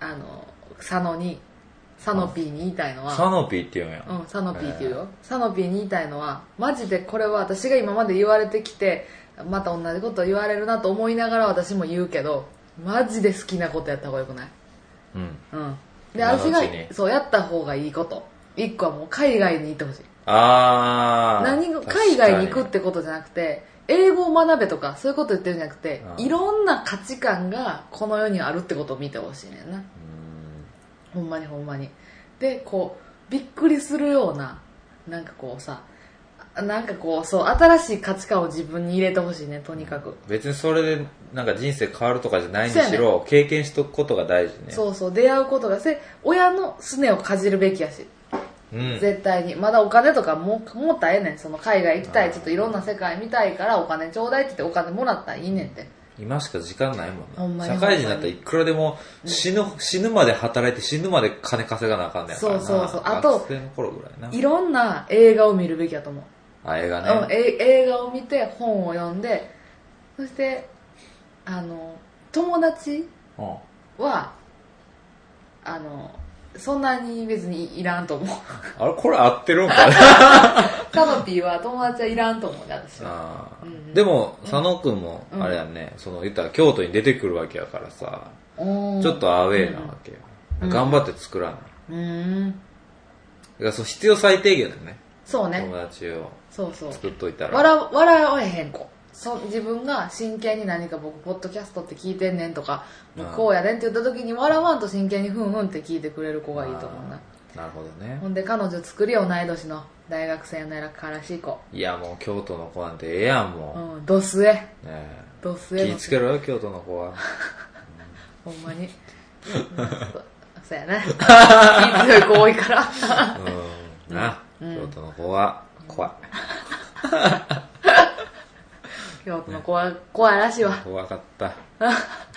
Speaker 2: あの佐野に佐野 P に言いたいの
Speaker 1: サ
Speaker 2: は
Speaker 1: ノピーって言うんや。
Speaker 2: うん佐野 P って言うよ佐野 P に言いたいのはマジでこれは私が今まで言われてきてまた同じこと言われるなと思いながら私も言うけどマジで好きなことやった方がよくない
Speaker 1: うん。
Speaker 2: うんで
Speaker 1: 今のうち
Speaker 2: 私
Speaker 1: に
Speaker 2: がそうやった方がいいこと一個はもう海外に行ってほしい
Speaker 1: あー。
Speaker 2: 何が海外
Speaker 1: 確
Speaker 2: に行
Speaker 1: か
Speaker 2: くってことじゃなくて英語を学べとかそういうこと言ってるんじゃなくて
Speaker 1: うん
Speaker 2: いろんな価値観がこの世にあるってことを見てほしいねんなほんまにほんまにでこうびっくりするようななんかこうさあなんかこうそう新しい価値観を自分に入れてほしいねとにかく、
Speaker 1: 別にそれでなんか人生変わるとかじゃないに
Speaker 2: そ
Speaker 1: し
Speaker 2: う
Speaker 1: ろ、経験しとくことが大事ね
Speaker 2: そうそう出会うことがせ親のすねをかじるべきやし
Speaker 1: うん、
Speaker 2: 絶対にまだお金とかももったらええねんその海外行きたいちょっといろんな世界見たいからお金ちょうだいって言ってお金もらったらいいねんって
Speaker 1: 今しか時間ない
Speaker 2: ほ
Speaker 1: も
Speaker 2: ん
Speaker 1: ん
Speaker 2: ま
Speaker 1: な
Speaker 2: に
Speaker 1: 社会人だったらいくらでも死ぬ,、死ぬまで働いて死ぬまで金稼がなあかんねやからな
Speaker 2: そうそうそうあと
Speaker 1: 学生の頃ぐらいない
Speaker 2: ろんな映画を見るべきやと思う、
Speaker 1: あ映画
Speaker 2: うん
Speaker 1: ね、
Speaker 2: え映画を見て本を読んでそしてあの友達
Speaker 1: うん
Speaker 2: はあのそんなに別にいらんと思 う
Speaker 1: あれこれ合ってるんか な
Speaker 2: カノピーは友達はいらんと思うね私は
Speaker 1: あー
Speaker 2: うん
Speaker 1: でも佐野くんもあれやね、その言ったら京都に出てくるわけやからさ、
Speaker 2: うん
Speaker 1: ちょっとアウェーなわけよ、
Speaker 2: うん
Speaker 1: 頑張って作らないだか
Speaker 2: うん
Speaker 1: らその必要最低限だよね
Speaker 2: そうね
Speaker 1: 友達を
Speaker 2: そうそう
Speaker 1: 作っといたら
Speaker 2: 笑笑わへん子そ自分が真剣に何か僕ポッドキャストって聞いてんねんとか
Speaker 1: うん
Speaker 2: こうやねんって言った時に笑わんと真剣にふんふんって聞いてくれる子がいいと思うな
Speaker 1: なるほどね
Speaker 2: ほんで彼女作り同い年の大学生のらからしい子
Speaker 1: いやもう京都の子なんてええやん
Speaker 2: う
Speaker 1: も
Speaker 2: んドスエ
Speaker 1: う、ねえ
Speaker 2: ドス
Speaker 1: 気
Speaker 2: エ
Speaker 1: ぃつけろよ京都の 子は
Speaker 2: ほんま にうんそうやね気強い子多いから
Speaker 1: うんな、京都の子は怖い
Speaker 2: 京都の子は怖いらしいわ
Speaker 1: 怖かった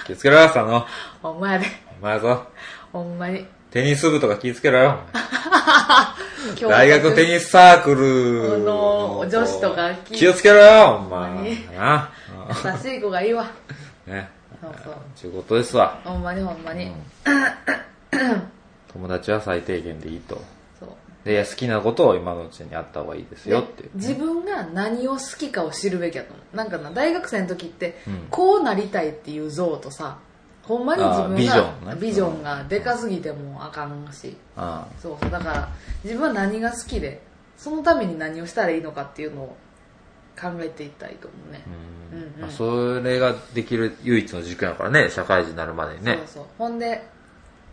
Speaker 1: 気ぃつけろよ佐野
Speaker 2: ほんまやで
Speaker 1: お前ぞ
Speaker 2: ほんまに
Speaker 1: テニス部とか気ぃつけろよ
Speaker 2: 京都
Speaker 1: 大学テニスサークル
Speaker 2: の女子とか気
Speaker 1: 気をつけろよお
Speaker 2: ほんま
Speaker 1: 前
Speaker 2: に
Speaker 1: な
Speaker 2: 優しい子がいいわ
Speaker 1: ね
Speaker 2: そうそう
Speaker 1: ちゅうことですわ
Speaker 2: ほんまにほんまに、
Speaker 1: 友達は最低限でいいと
Speaker 2: そう
Speaker 1: で好きなことを今のうちにあった方がいいですよっていう
Speaker 2: 自分が何を好きかを知るべきやと思うなんかな大学生の時って、
Speaker 1: うん
Speaker 2: こうなりたいっていう像とさほんまに自分が
Speaker 1: あービジョンね
Speaker 2: ビジョンがでかすぎてもあかんし
Speaker 1: ああ
Speaker 2: そうそうだから自分は何が好きでそのために何をしたらいいのかっていうのを考えていったらいいと思うね、
Speaker 1: うん
Speaker 2: うんうん
Speaker 1: まあそれができる唯一の軸やからね社会人になるまでにね
Speaker 2: そうそうほんで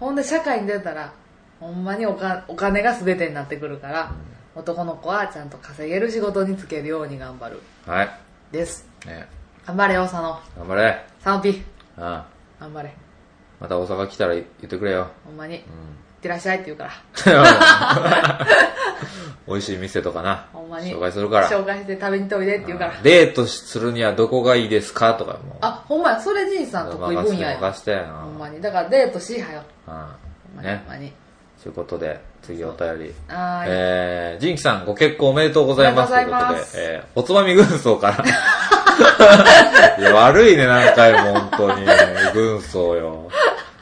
Speaker 2: ほんで社会に出たらほんまにおかお金が全てになってくるから、男の子はちゃんと稼げる仕事に就けるように頑張る
Speaker 1: はい
Speaker 2: です
Speaker 1: ね
Speaker 2: 頑張れよ佐野
Speaker 1: 頑張れ
Speaker 2: サンピ
Speaker 1: うんま
Speaker 2: 頑張れ
Speaker 1: た大阪来たら言ってくれ よ
Speaker 2: ほんまに、いっ
Speaker 1: う
Speaker 2: てらっしゃいって言うか
Speaker 1: ん
Speaker 2: ら
Speaker 1: 美味しい店とかな
Speaker 2: ほんまに
Speaker 1: 紹介するから
Speaker 2: 紹介して食べにといでって言うから
Speaker 1: デートするにはどこがいいですかとかもう
Speaker 2: あほんまやそれじいさん得意分野や
Speaker 1: 任せてよ
Speaker 2: ほんま
Speaker 1: な
Speaker 2: にだからデートしはよ
Speaker 1: う
Speaker 2: ほ
Speaker 1: ん
Speaker 2: ん
Speaker 1: ね
Speaker 2: まに
Speaker 1: ということで次お便り
Speaker 2: あー
Speaker 1: えー、ジンキさんご結婚おめでとうございます
Speaker 2: お
Speaker 1: と
Speaker 2: め
Speaker 1: い
Speaker 2: で
Speaker 1: うこ
Speaker 2: とうござい
Speaker 1: と
Speaker 2: ま、
Speaker 1: ですえー、おつまみ軍曹から いや悪いね何回も本当に軍曹よ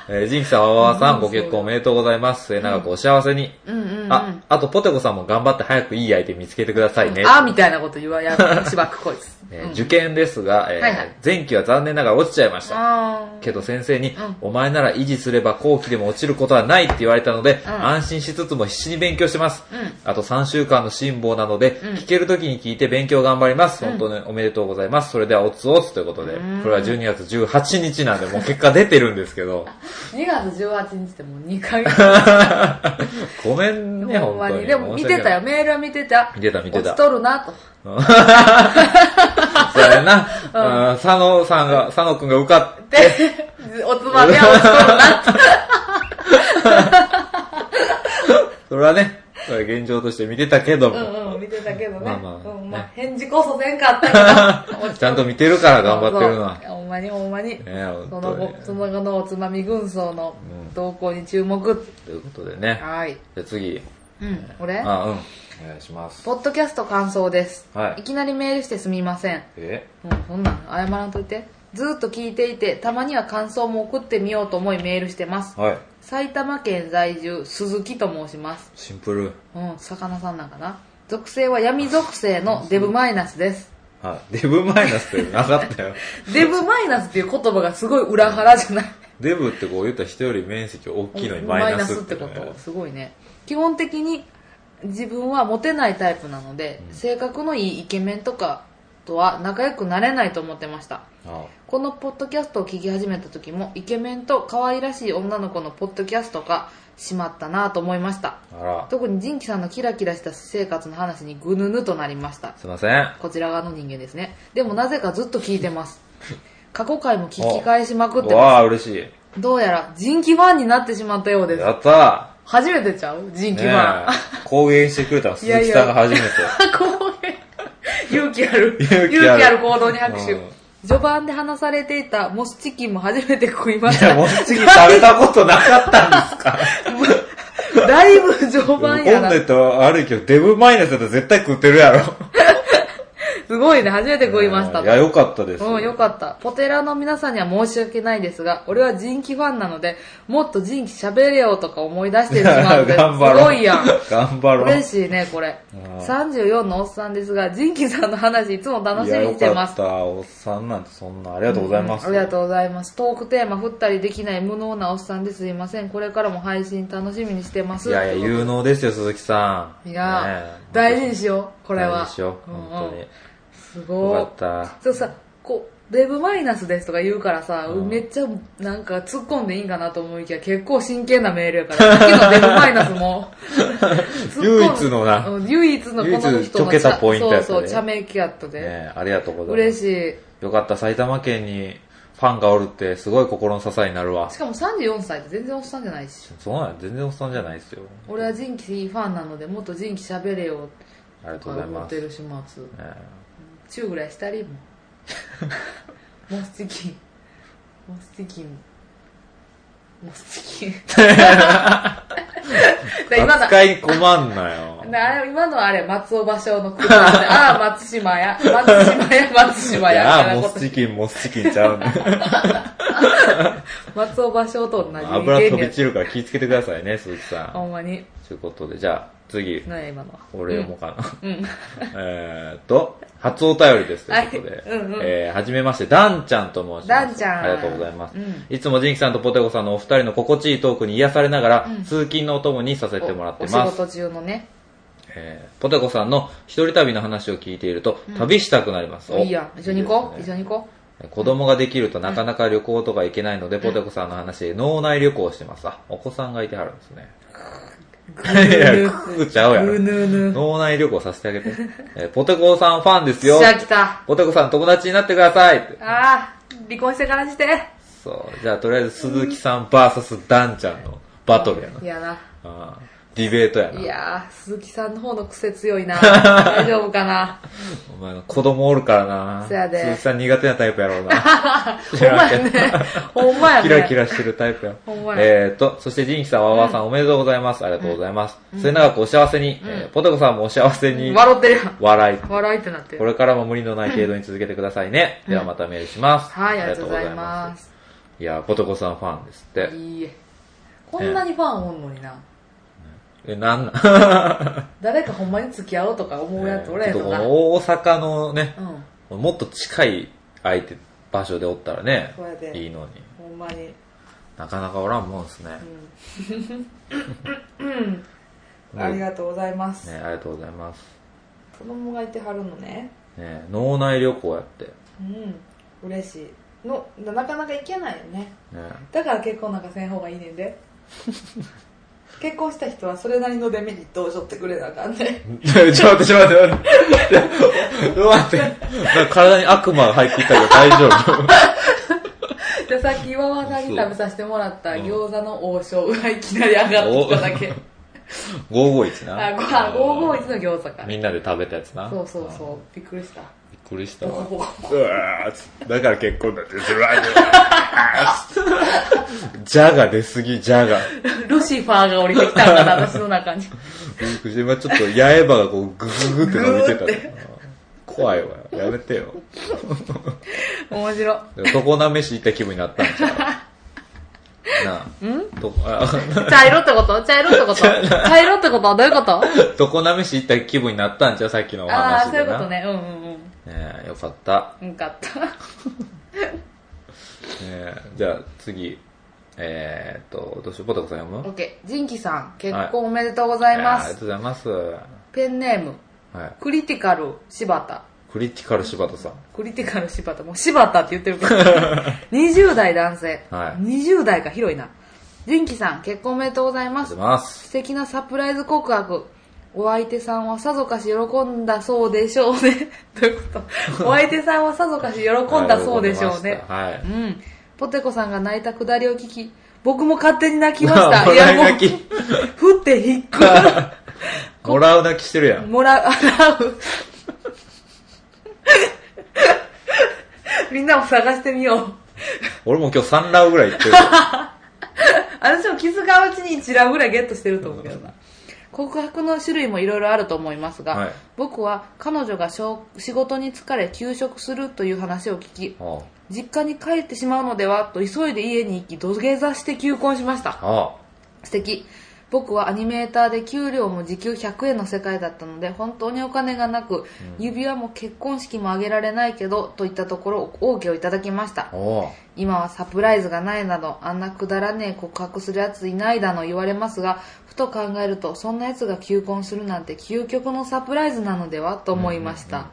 Speaker 1: えー、ジンキさん、わわわさん、ご結婚おめでとうございます。えー長くお幸せに。
Speaker 2: うんうんうん
Speaker 1: あ、あと、ポテコさんも頑張って早くいい相手見つけてくださいね。
Speaker 2: あーみたいなこと言 わやしばくこいつ
Speaker 1: えー受験ですが、えー
Speaker 2: はいはい
Speaker 1: 前期は残念ながら落ちちゃいました。
Speaker 2: あ
Speaker 1: けど先生に、お前なら維持すれば後期でも落ちることはないって言われたので、安心しつつも必死に勉強してます。あと3週間の辛抱なので、聞ける時に聞いて勉強頑張ります。本当におめでとうございます。それではおつおつということで、これは12月18日なんで、もう結果出てるんですけど、
Speaker 2: 2月18日ってもう2ヶ月
Speaker 1: ごめんね、
Speaker 2: ほ
Speaker 1: 本
Speaker 2: んま
Speaker 1: 当
Speaker 2: に。
Speaker 1: に。
Speaker 2: でも見てたよ、
Speaker 1: 申し訳ない。
Speaker 2: メールは見てた。
Speaker 1: 見てた見てた
Speaker 2: 落ちとるなと。
Speaker 1: そうやな、 うん佐野さんが、佐野くんが受かっ
Speaker 2: で、 おつまみは落ちとるなと。
Speaker 1: それはね、それは現状として見てたけども、
Speaker 2: うんうん、見てたけどね。
Speaker 1: まあまあ
Speaker 2: うんまあ
Speaker 1: ね
Speaker 2: 返事こそせんか ったけど落
Speaker 1: ちゃんと見てるから頑張ってるのは。
Speaker 2: そうほんまにほんまに。
Speaker 1: ね本
Speaker 2: そ
Speaker 1: 当
Speaker 2: の
Speaker 1: に
Speaker 2: 後、その後のおつまみ軍曹の動向に注目。
Speaker 1: ということでね。
Speaker 2: はい。
Speaker 1: じゃあ次。
Speaker 2: うん、俺
Speaker 1: あ、うん。お願いします。
Speaker 2: ポッドキャスト感想です。
Speaker 1: はい
Speaker 2: いきなりメールしてすみません。
Speaker 1: え
Speaker 2: うん、そんなん謝らんといて。ずーっと聞いていて、たまには感想も送ってみようと思いメールしてます。
Speaker 1: はい。
Speaker 2: 埼玉県在住、鈴木と申します。
Speaker 1: シンプル。
Speaker 2: うん、魚さんなんかな。属性は闇属性のデブマイナスです。
Speaker 1: はい。デブマイナスってなかったよ。
Speaker 2: デブマイナスっていう言葉がすごい裏腹じゃない
Speaker 1: デブってこう言ったら人より面積大きいのにマイナスって,、ね、
Speaker 2: マイナスってことすごいね。基本的に自分はモテないタイプなので、性格のいいイケメンとかとは仲良くなれないと思ってました。
Speaker 1: あ
Speaker 2: このポッドキャストを聞き始めた時も、イケメンと可愛らしい女の子のポッドキャストがしまったなぁと思いました。
Speaker 1: あら。
Speaker 2: 特にジンキさんのキラキラした私生活の話にぐぬぬとなりました。
Speaker 1: すいません。
Speaker 2: こちら側の人間ですね。でもなぜかずっと聞いてます。過去回も聞き返しまくってま
Speaker 1: わあ、嬉しい。
Speaker 2: す。どうやら人気ファンになってしまったようです。
Speaker 1: やった
Speaker 2: 初めてちゃう
Speaker 1: ー
Speaker 2: 人気
Speaker 1: ね
Speaker 2: ファン。
Speaker 1: え。公言してくれたの
Speaker 2: い
Speaker 1: 鈴
Speaker 2: やい
Speaker 1: 木
Speaker 2: や
Speaker 1: さんが初めて。
Speaker 2: こういう勇気ある。
Speaker 1: 勇気ある
Speaker 2: 勇気ある行動に拍手
Speaker 1: うん。
Speaker 2: 序盤で話されていたモスチキンも初めて食いまし
Speaker 1: いや、
Speaker 2: た。
Speaker 1: もう次食べたことなかったんです か
Speaker 2: だいぶ序盤や
Speaker 1: 今
Speaker 2: な
Speaker 1: 度。と悪いけど、デブマイナスだったら絶対食ってる やろ。
Speaker 2: すごいね、初めて食いました
Speaker 1: い。や、よかったです。
Speaker 2: うん、よかった。ポテラの皆さんには申し訳ないですが、俺は人気ファンなので、もっと人気喋れよとか思い出してしまうので、す
Speaker 1: 頑張ろう。
Speaker 2: ごいやん。
Speaker 1: 頑張ろう。
Speaker 2: 嬉しいね、これ。
Speaker 1: うん
Speaker 2: 34のおっさんですが、ジンキさんの話いつも楽
Speaker 1: い
Speaker 2: しみ
Speaker 1: や
Speaker 2: にしてま
Speaker 1: よか
Speaker 2: す
Speaker 1: っ。た。おっさんなんてそんな、ありがとうございます。
Speaker 2: うんありがとうございます。トークテーマ振ったりできない無能なおっさんですいません。これからも配信楽しみにしてます。
Speaker 1: いやいや、有能ですよ、鈴木さん。
Speaker 2: い
Speaker 1: ね
Speaker 2: や
Speaker 1: え
Speaker 2: 大事にしよう、これは。
Speaker 1: 大事にしよう、
Speaker 2: うんうん
Speaker 1: 本当に。
Speaker 2: す
Speaker 1: よ
Speaker 2: ご
Speaker 1: か
Speaker 2: い
Speaker 1: っ。た。
Speaker 2: そうさ、こう、デブマイナスですとか言うからさ、
Speaker 1: うん
Speaker 2: めっちゃなんか突っ込んでいいんかなと思いきや結構真剣なメールやから、さっきのデブマイナスも突っ込 ん
Speaker 1: 唯一のな
Speaker 2: うん唯一のこの人の
Speaker 1: 唯一ちょけたポイントやったで
Speaker 2: そうそう、茶目きやったで。
Speaker 1: ねありがとうございます。
Speaker 2: 嬉しい。
Speaker 1: よかった、埼玉県にファンがおるって、すごい心の支えになるわ
Speaker 2: し。かも34歳って全然おっさんじゃないし。
Speaker 1: そうなんや全然おっさんじゃないですよ。
Speaker 2: 俺はジンキファンなので、もっとジンキ喋れよ
Speaker 1: ありがと
Speaker 2: と
Speaker 1: うご
Speaker 2: か
Speaker 1: ざい
Speaker 2: 思っ
Speaker 1: ま
Speaker 2: て
Speaker 1: す。
Speaker 2: る始末。
Speaker 1: ね
Speaker 2: チューぐらいしたりも。モスチキン。モスチキン。モスチキン。 だ今の、
Speaker 1: 扱い困んな よ。
Speaker 2: だあれ今のあれ、松尾芭蕉の句なんで、ああ、松島や、松島や、松島
Speaker 1: い
Speaker 2: や、みた
Speaker 1: や
Speaker 2: い
Speaker 1: ー、
Speaker 2: な
Speaker 1: モ
Speaker 2: こと
Speaker 1: スチキン、モスチキンちゃう ね。
Speaker 2: 松尾芭蕉と同じ
Speaker 1: 油飛び
Speaker 2: や。
Speaker 1: 散るから気ぃつけてくださいね、鈴木さ
Speaker 2: ほんまに。
Speaker 1: ん。ということで、じゃあ、次、
Speaker 2: 何や、今のは。
Speaker 1: 俺もかな。
Speaker 2: うん。うん。
Speaker 1: えーっと、初お便りですということで。
Speaker 2: はいうんうん
Speaker 1: えーはじめまして、ダンちゃんと申します。
Speaker 2: ダンちゃん
Speaker 1: ありがとうございます。
Speaker 2: うん
Speaker 1: いつもジンキさんとポテコさんのお二人の心地いいトークに癒されながら、
Speaker 2: うん
Speaker 1: 通勤のお供にさせてもらって
Speaker 2: おお
Speaker 1: ま
Speaker 2: 仕
Speaker 1: す。
Speaker 2: 事中のね。
Speaker 1: えーポテコさんの一人旅の話を聞いていると、旅したくなります。お
Speaker 2: いいやん。一緒に行こう。
Speaker 1: いいです
Speaker 2: 一緒
Speaker 1: ね
Speaker 2: に行こ
Speaker 1: 子供ができるとなかなか旅行とか行けないので、ポテコさんの話で脳内旅行をしてます。あ、お子さんがいてはるんですね。 いや、くぐちゃう
Speaker 2: う。
Speaker 1: や
Speaker 2: ぬ
Speaker 1: ろ。
Speaker 2: ぬぬ。
Speaker 1: 脳内旅行させてあげて。えーポテコさんファンですよ
Speaker 2: じ。ゃあ来た。
Speaker 1: ポテコさん友達になってくださいって。
Speaker 2: ああ、離婚してからして。
Speaker 1: そう。じゃあ、とりあえず、鈴木さん VS ダンちゃんのバトルやな。
Speaker 2: いやな。
Speaker 1: あーディベートや
Speaker 2: い
Speaker 1: な。
Speaker 2: やー、鈴木さんの方の癖強 いな。大丈夫か な。
Speaker 1: お前の子供おるからな。
Speaker 2: そやで
Speaker 1: 鈴木さん苦手なタイプやろうな。知
Speaker 2: ほん
Speaker 1: ら
Speaker 2: ま
Speaker 1: んけ
Speaker 2: や
Speaker 1: ど
Speaker 2: ね。 ほんまやね。
Speaker 1: キラキラしてるタイプや。
Speaker 2: ほんまや
Speaker 1: えーと、そしてジンキさん、ワーワーさん、おめでとうございます。ありがとうございます。末永くお幸せに、えーポテコさんもお幸せに、
Speaker 2: 笑ってるやん。
Speaker 1: 笑い。
Speaker 2: 笑いってなって
Speaker 1: こ
Speaker 2: る。
Speaker 1: れからも無理のない程度に続けてくださいね。ではまたメールします。。
Speaker 2: はい、ありがとうございますす。
Speaker 1: いやー、ポテコさんファンですって。
Speaker 2: いいえ。こんなにファンおんのにな。
Speaker 1: え、なんなん
Speaker 2: 誰かほんまに付き合おうとか思うやつおらへ
Speaker 1: えー
Speaker 2: ん
Speaker 1: ちょっとこ
Speaker 2: のな。う
Speaker 1: の大阪のね、
Speaker 2: ん。
Speaker 1: もっと近い相手、場所でおったらね
Speaker 2: そうや、で
Speaker 1: いいのに。
Speaker 2: ほんまに。
Speaker 1: なかなかおらんもんですね。
Speaker 2: うん。ありがとうございます。
Speaker 1: ね、ありがとうございます。
Speaker 2: 子供がいてはるのね。
Speaker 1: ね、脳内旅行やって。ね、
Speaker 2: うん。嬉しい。の、なかなか行けないよね。だから結婚なんかせん方がいいねんで結婚した人はそれなりのデメリットをしょってくれなあかんね
Speaker 1: ちょ、ちょ、待って、ちょ、待って、待って。待って。なんか体に悪魔が入っていったけど大丈夫。
Speaker 2: でさっき岩輪さんに食べさせてもらった餃子の王将がいきなり上がってきただけ
Speaker 1: 551
Speaker 2: あ
Speaker 1: な。
Speaker 2: ごあ551の餃子か
Speaker 1: みんなで食べたやつな。
Speaker 2: そうそうそうびっくりした
Speaker 1: びっくりした
Speaker 2: ボコ
Speaker 1: わ。
Speaker 2: ボコ
Speaker 1: うわーだから結婚だって、ずらー じゃが出すぎ、じゃが。
Speaker 2: ルシファーが降りてきたんだな私の中に
Speaker 1: びっくりした今ちょっと八重歯がこうグググって伸びてた
Speaker 2: グ
Speaker 1: ね。怖いわ。やめてよ。
Speaker 2: 面白
Speaker 1: 床なめし行った気分になったんちゃうなあ。とあ
Speaker 2: 茶色ってこと茶色ってこと茶色ってことはどういうこと
Speaker 1: 床なめし行った気分になったんちゃうさっきのお
Speaker 2: ああ
Speaker 1: 話
Speaker 2: ーそう
Speaker 1: で
Speaker 2: いうこ
Speaker 1: な。
Speaker 2: とねうんうんうん
Speaker 1: ねえよかった。
Speaker 2: うんかった
Speaker 1: ねえじゃあ次。えー、っと、どうしよう、ポテコさん読む
Speaker 2: OK ジンキさん結婚おめでとうござい
Speaker 1: あ
Speaker 2: ま
Speaker 1: ーあり
Speaker 2: す
Speaker 1: がとうございます。は
Speaker 2: ペンネーム
Speaker 1: い。
Speaker 2: クリティカル柴田。
Speaker 1: クリティカル柴 田さん。
Speaker 2: クリティカル柴田。もう柴田って言ってるけど。20代男性。
Speaker 1: はい
Speaker 2: 20代か広いな。純喜さん、結婚おめでとうございま
Speaker 1: ありがと
Speaker 2: す
Speaker 1: う。ございます。
Speaker 2: 素敵なサプライズ告白。お相手さんはさぞかし喜んだそうでしょうね。 どういう ことお相手さんはさぞかし喜んだそうでしょうね。
Speaker 1: はい。喜んでましたはい
Speaker 2: うん。ポテコさんが泣いたくだりを聞き、僕も勝手に泣きました。
Speaker 1: もらい
Speaker 2: もう
Speaker 1: 泣き、
Speaker 2: 降ってひっくり
Speaker 1: もらう泣きしてるやん。
Speaker 2: もらう、洗う。みんなも探してみよう。
Speaker 1: 俺も今日3ラウぐらい行ってる。
Speaker 2: 私も気づかんうちに1ラウぐらいゲットしてると思うけどな。告白の種類もいろいろあると思いますが、
Speaker 1: はい
Speaker 2: 僕は彼女がしょ仕事に疲れ休職するという話を聞き、
Speaker 1: あ
Speaker 2: 実家に帰ってしまうのではと急いで家に行き土下座して求婚しました。
Speaker 1: あ。あ
Speaker 2: 素敵僕はアニメーターで給料も時給100円の世界だったので本当にお金がなく、指輪も結婚式もあげられないけどといったところ OK をいただきました
Speaker 1: あ。お
Speaker 2: 今はサプライズがないなどあんなくだらねえ告白するやついないだの言われますがふと考えるとそんなやつが求婚するなんて究極のサプライズなのではと思いました、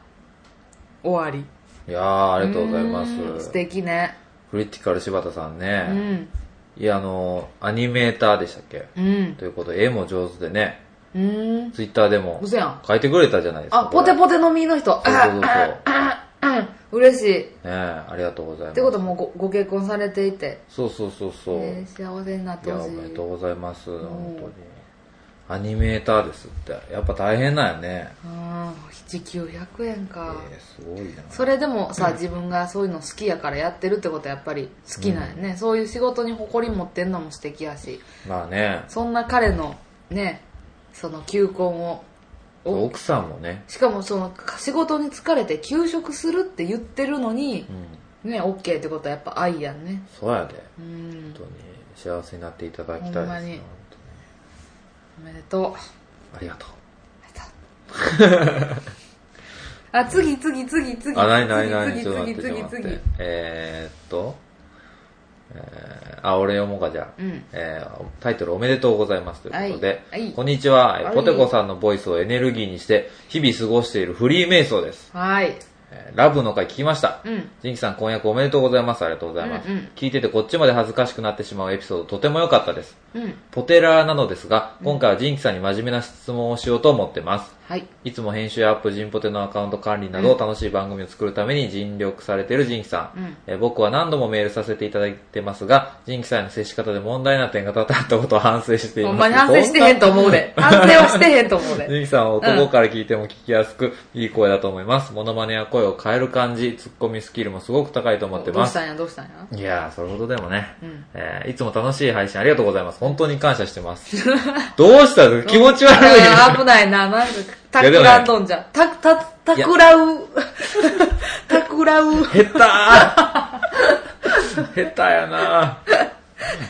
Speaker 2: 終わり
Speaker 1: いやー、ありがとうございま
Speaker 2: うん
Speaker 1: す
Speaker 2: 素。敵ね。
Speaker 1: クリティカル柴田さん
Speaker 2: う
Speaker 1: ね。
Speaker 2: ん。
Speaker 1: いや、あの、アニメーターでしたっけ
Speaker 2: うん。
Speaker 1: ということで、絵も上手でね、
Speaker 2: うん。
Speaker 1: ツイッターでも
Speaker 2: 嘘やん。
Speaker 1: 書いてくれたじゃないですか。
Speaker 2: あ、ポテ
Speaker 1: テ。
Speaker 2: ポテの実の人。
Speaker 1: そうそうそう。
Speaker 2: 嬉しい。っ
Speaker 1: ねえ、ありがとうございます。
Speaker 2: てことはもうごご結婚されていて、
Speaker 1: そうそうそうそう。
Speaker 2: ね幸せになっ
Speaker 1: い
Speaker 2: て
Speaker 1: や、
Speaker 2: ほ
Speaker 1: お
Speaker 2: しい。
Speaker 1: めでとうございます。
Speaker 2: ん
Speaker 1: 本当に。アニメーターですって。やっぱ大変なんやね。
Speaker 2: うん、7900円か。
Speaker 1: えー、すごいな。
Speaker 2: それで もさ、自分がそういうの好きやからやってるってことはやっぱり好きなんやね、そういう仕事に誇り持ってんのも素敵やし
Speaker 1: まあね、
Speaker 2: そんな彼のねその求婚をお
Speaker 1: 奥さんもね、
Speaker 2: しかもそのか仕事に疲れて休職するって言ってるのに
Speaker 1: う、ん、
Speaker 2: ねオッケーってことはやっぱ愛やんね
Speaker 1: そうやで。
Speaker 2: うん
Speaker 1: 本当に幸せになっていただきたい
Speaker 2: ほんま
Speaker 1: です
Speaker 2: に
Speaker 1: ね。本当に
Speaker 2: おめでとう
Speaker 1: ありがとう。
Speaker 2: あ次次次次
Speaker 1: あ、なになになにち
Speaker 2: 次
Speaker 1: ょっと待って、
Speaker 2: 次
Speaker 1: ちょっと
Speaker 2: 次
Speaker 1: 待っ
Speaker 2: 次
Speaker 1: て。えー、っと、えー、あ、俺読もうか、じゃあ。
Speaker 2: うん
Speaker 1: えータイトルおめでとうございますということで、
Speaker 2: はいはい
Speaker 1: こんにちは、えー
Speaker 2: はい
Speaker 1: ポテコさんのボイスをエネルギーにして、日々過ごしているフリー瞑想です。
Speaker 2: はい
Speaker 1: えーラブの回聞きました。
Speaker 2: うん
Speaker 1: ジンキさん、婚約おめでとうございます。ありがとうございます。
Speaker 2: うんうん
Speaker 1: 聞いててこっちまで恥ずかしくなってしまうエピソード、とても良かったです。
Speaker 2: うん
Speaker 1: ポテラーなのですが、今回はジンキさんに真面目な質問をしようと思ってます。
Speaker 2: はい
Speaker 1: いつも編集やアップ、ジンポテのアカウント管理など楽しい番組を作るために尽力されているジンキさん、
Speaker 2: うん
Speaker 1: えー僕は何度もメールさせていただいてますが、ジンキさんの接し方で問題な点が多々あったことを反省しています。
Speaker 2: ほんまに反省してへんと思うで反省はしてへんと思う で
Speaker 1: ジンキさんは男から聞いても聞きやすく、いい声だと思います。モノマネや声を変える感じ、ツッコミスキルもすごく高いと思って
Speaker 2: どう
Speaker 1: ま
Speaker 2: し
Speaker 1: す。
Speaker 2: たんやどうしたん や
Speaker 1: いやー、そういうことでもね、
Speaker 2: うん
Speaker 1: えーいつも楽しい配信ありがとうございます。本当に感謝してます。どうした の気持ち悪い。
Speaker 2: あー危ないな、なんか、たくらんどんじゃん。た、た、たくらう。た くらう。
Speaker 1: 下手ー 下手やなー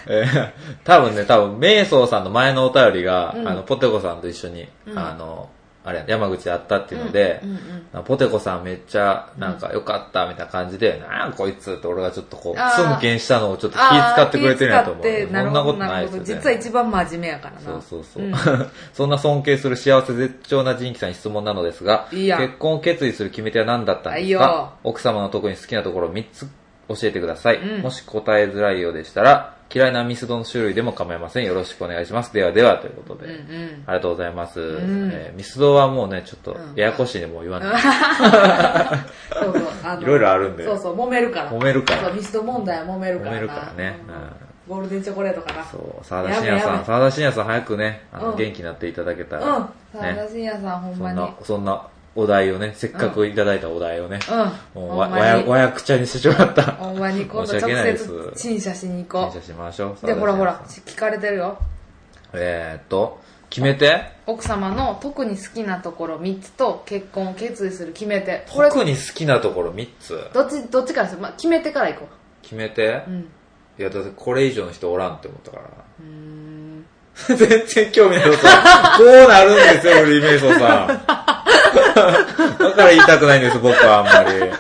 Speaker 1: えー、多分ね、多分、瞑想さんの前のお便りが、あの、ポテコさんと一緒に、あの、あれ、山口で会ったっていうので、ポテコさんめっちゃ、なんか、良かった、みたいな感じで、なんやこいつって俺がちょっとこう、
Speaker 2: あ
Speaker 1: す
Speaker 2: ー
Speaker 1: むけんしたのをちょっと気遣ってくれてるんやと思う。
Speaker 2: あー
Speaker 1: そん
Speaker 2: 気遣ってなる
Speaker 1: な
Speaker 2: ほ
Speaker 1: こと
Speaker 2: ど、
Speaker 1: な
Speaker 2: ないる
Speaker 1: で
Speaker 2: ほ
Speaker 1: す
Speaker 2: ど。
Speaker 1: よ、ね。
Speaker 2: 実は一番真面目やからな。
Speaker 1: そうそうそう。 そんな尊敬する幸せ絶頂なジンキさんに質問なのですが、
Speaker 2: いいやん
Speaker 1: 結婚を決意する決め手は何だったん
Speaker 2: あい
Speaker 1: で
Speaker 2: い
Speaker 1: す
Speaker 2: よ
Speaker 1: か奥様の特に好きなところを3つ教えてください、
Speaker 2: うん
Speaker 1: もし答えづらいようでしたら、嫌いなミスドの種類でも構いません。よろしくお願いします。ではでは、ということで。
Speaker 2: うんうん。
Speaker 1: ありがとうございます、
Speaker 2: ん
Speaker 1: えーミスドはもうね、ちょっと
Speaker 2: ん、
Speaker 1: ややこしいでもう言わない。
Speaker 2: そうそう。あの
Speaker 1: いろいろあるんで
Speaker 2: そうそう、揉めるから。
Speaker 1: 揉めるから
Speaker 2: そう、ミスド問題は揉めるからな。
Speaker 1: 揉めるからね
Speaker 2: うん。ゴールデンチョコレートかな。
Speaker 1: そう、沢田信也
Speaker 2: やばい
Speaker 1: さ
Speaker 2: やば
Speaker 1: ん、
Speaker 2: い
Speaker 1: 沢田信也さん早くね、あの、
Speaker 2: うん
Speaker 1: 元気になっていただけた
Speaker 2: うん。
Speaker 1: ら、
Speaker 2: 沢田信也さん、ほん
Speaker 1: そ
Speaker 2: ま
Speaker 1: ん
Speaker 2: に。う
Speaker 1: な、そんなお題をね、せっかくいただいたお題をね、
Speaker 2: ん。
Speaker 1: もう
Speaker 2: ほ
Speaker 1: わ
Speaker 2: ん
Speaker 1: わ
Speaker 2: ま
Speaker 1: や
Speaker 2: に。
Speaker 1: わやくちゃにしてしまった。
Speaker 2: ほんまに、今度
Speaker 1: 申し
Speaker 2: 直
Speaker 1: 訳ないです
Speaker 2: 接陳謝しに行こ
Speaker 1: 陳謝しましょ
Speaker 2: う。
Speaker 1: う。
Speaker 2: で、ほらほら
Speaker 1: 沢田、信
Speaker 2: 聞かれてるよ。
Speaker 1: 也さん。えーっと、決めて
Speaker 2: 奥様の特に好きなところ3つと結婚を決意する決め手これ
Speaker 1: 特に好きなところ3つ。
Speaker 2: どっちどっちからする、まあ、決め手からいこ
Speaker 1: 決めて
Speaker 2: ううん
Speaker 1: いや、だってこれ以上の人おらんって思ったから。
Speaker 2: うーん
Speaker 1: 全然興味ない こと。こうなるんですよ、リメイソーさん。だから言いたくないんです、僕はあんまり。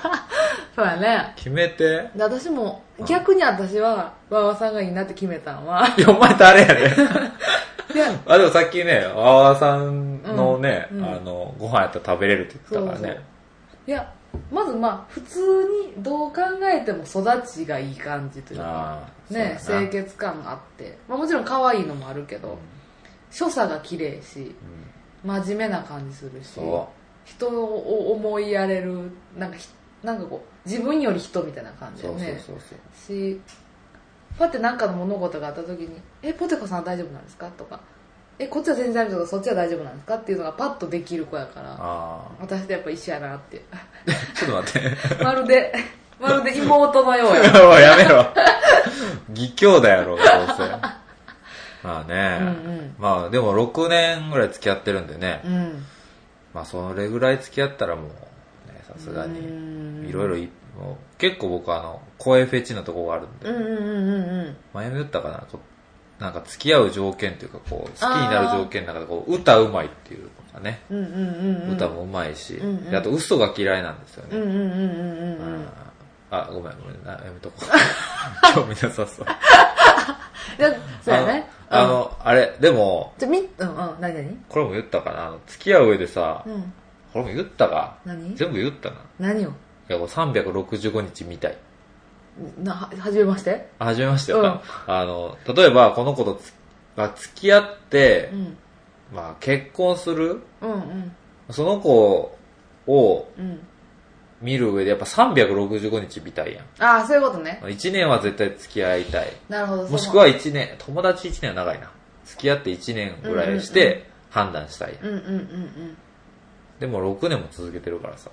Speaker 2: そうやね
Speaker 1: 決めて
Speaker 2: で私も逆に私は馬場さんがいいなって決めたのはい
Speaker 1: や、お前誰やねん。
Speaker 2: いや
Speaker 1: あ、でもさっきね、あわさんのね、
Speaker 2: うんうん
Speaker 1: あの、ご飯やったら食べれるって言ってたからね。
Speaker 2: いやまずまあ普通にどう考えても育ちがいい感じというか
Speaker 1: あー
Speaker 2: ね
Speaker 1: そうや
Speaker 2: 清
Speaker 1: な
Speaker 2: 潔感があって、まあ、もちろん可愛いのもあるけど、所作が綺麗し真面目な感じするし
Speaker 1: そ
Speaker 2: 人を思いやれるなんかひなんかこう自分より人みたいな感
Speaker 1: う。
Speaker 2: じだ
Speaker 1: そ
Speaker 2: よ
Speaker 1: うそう
Speaker 2: ね
Speaker 1: そうそう。
Speaker 2: しパッて何かの物事があった時に「えポテコさんは大丈夫なんですか?」とか「えこっちは全然大丈夫とかそっちは大丈夫なんですか?」っていうのがパッとできる子やから
Speaker 1: あ
Speaker 2: 私とやっぱ一緒やなって
Speaker 1: あ。ちょっと待って。
Speaker 2: まるでまるで妹のようや
Speaker 1: おいやめろ。義兄だやろ、どうせ。まあね。
Speaker 2: うんうん
Speaker 1: まあでも6年ぐらい付き合ってるんでね。
Speaker 2: うん
Speaker 1: まあそれぐらい付き合ったらもう、ね、さすが
Speaker 2: う
Speaker 1: に。
Speaker 2: ん
Speaker 1: いろいろい、もう結構僕あの、声フェチなとこがあるんで。
Speaker 2: うんうんうんうんうん
Speaker 1: 前も言ったかな、こうなんか付き合う条件というか、こう、好きになる条件の中で、こう、歌うまいっていうのがね。
Speaker 2: うんうんうんうん
Speaker 1: 歌もうまいし、
Speaker 2: うんうん
Speaker 1: であと嘘が嫌いなんですよね。
Speaker 2: うんうんうんうんうんうん
Speaker 1: あ、ごめんごめん、なやめとこ う。興味なさそう。
Speaker 2: いやそうやね
Speaker 1: あの、あのあれ、でも、
Speaker 2: じゃみうんうん何何
Speaker 1: これも言ったかな。あの付き合う上でさ、
Speaker 2: うん
Speaker 1: これも言ったか。
Speaker 2: 何
Speaker 1: 全部言ったな。
Speaker 2: 何を
Speaker 1: や、これ365日見たい。
Speaker 2: な、はじめまして
Speaker 1: あ、初めましてよ、あの、例えばこの子とつ、まあ、付き合って
Speaker 2: う、ん。
Speaker 1: まあ、結婚する、
Speaker 2: うんうん。
Speaker 1: その子を
Speaker 2: うん。
Speaker 1: 見る上でやっぱ365日見たいやん。
Speaker 2: ああ、そういうことね。
Speaker 1: 1年は絶対付き合いたい。
Speaker 2: なるほど。
Speaker 1: もしく
Speaker 2: は、
Speaker 1: は1年、友達1年は長いな。付き合って1年ぐらいし
Speaker 2: うんうん
Speaker 1: て判断したいやん。
Speaker 2: うんうんうんうん。
Speaker 1: でも6年も続けてるからさ、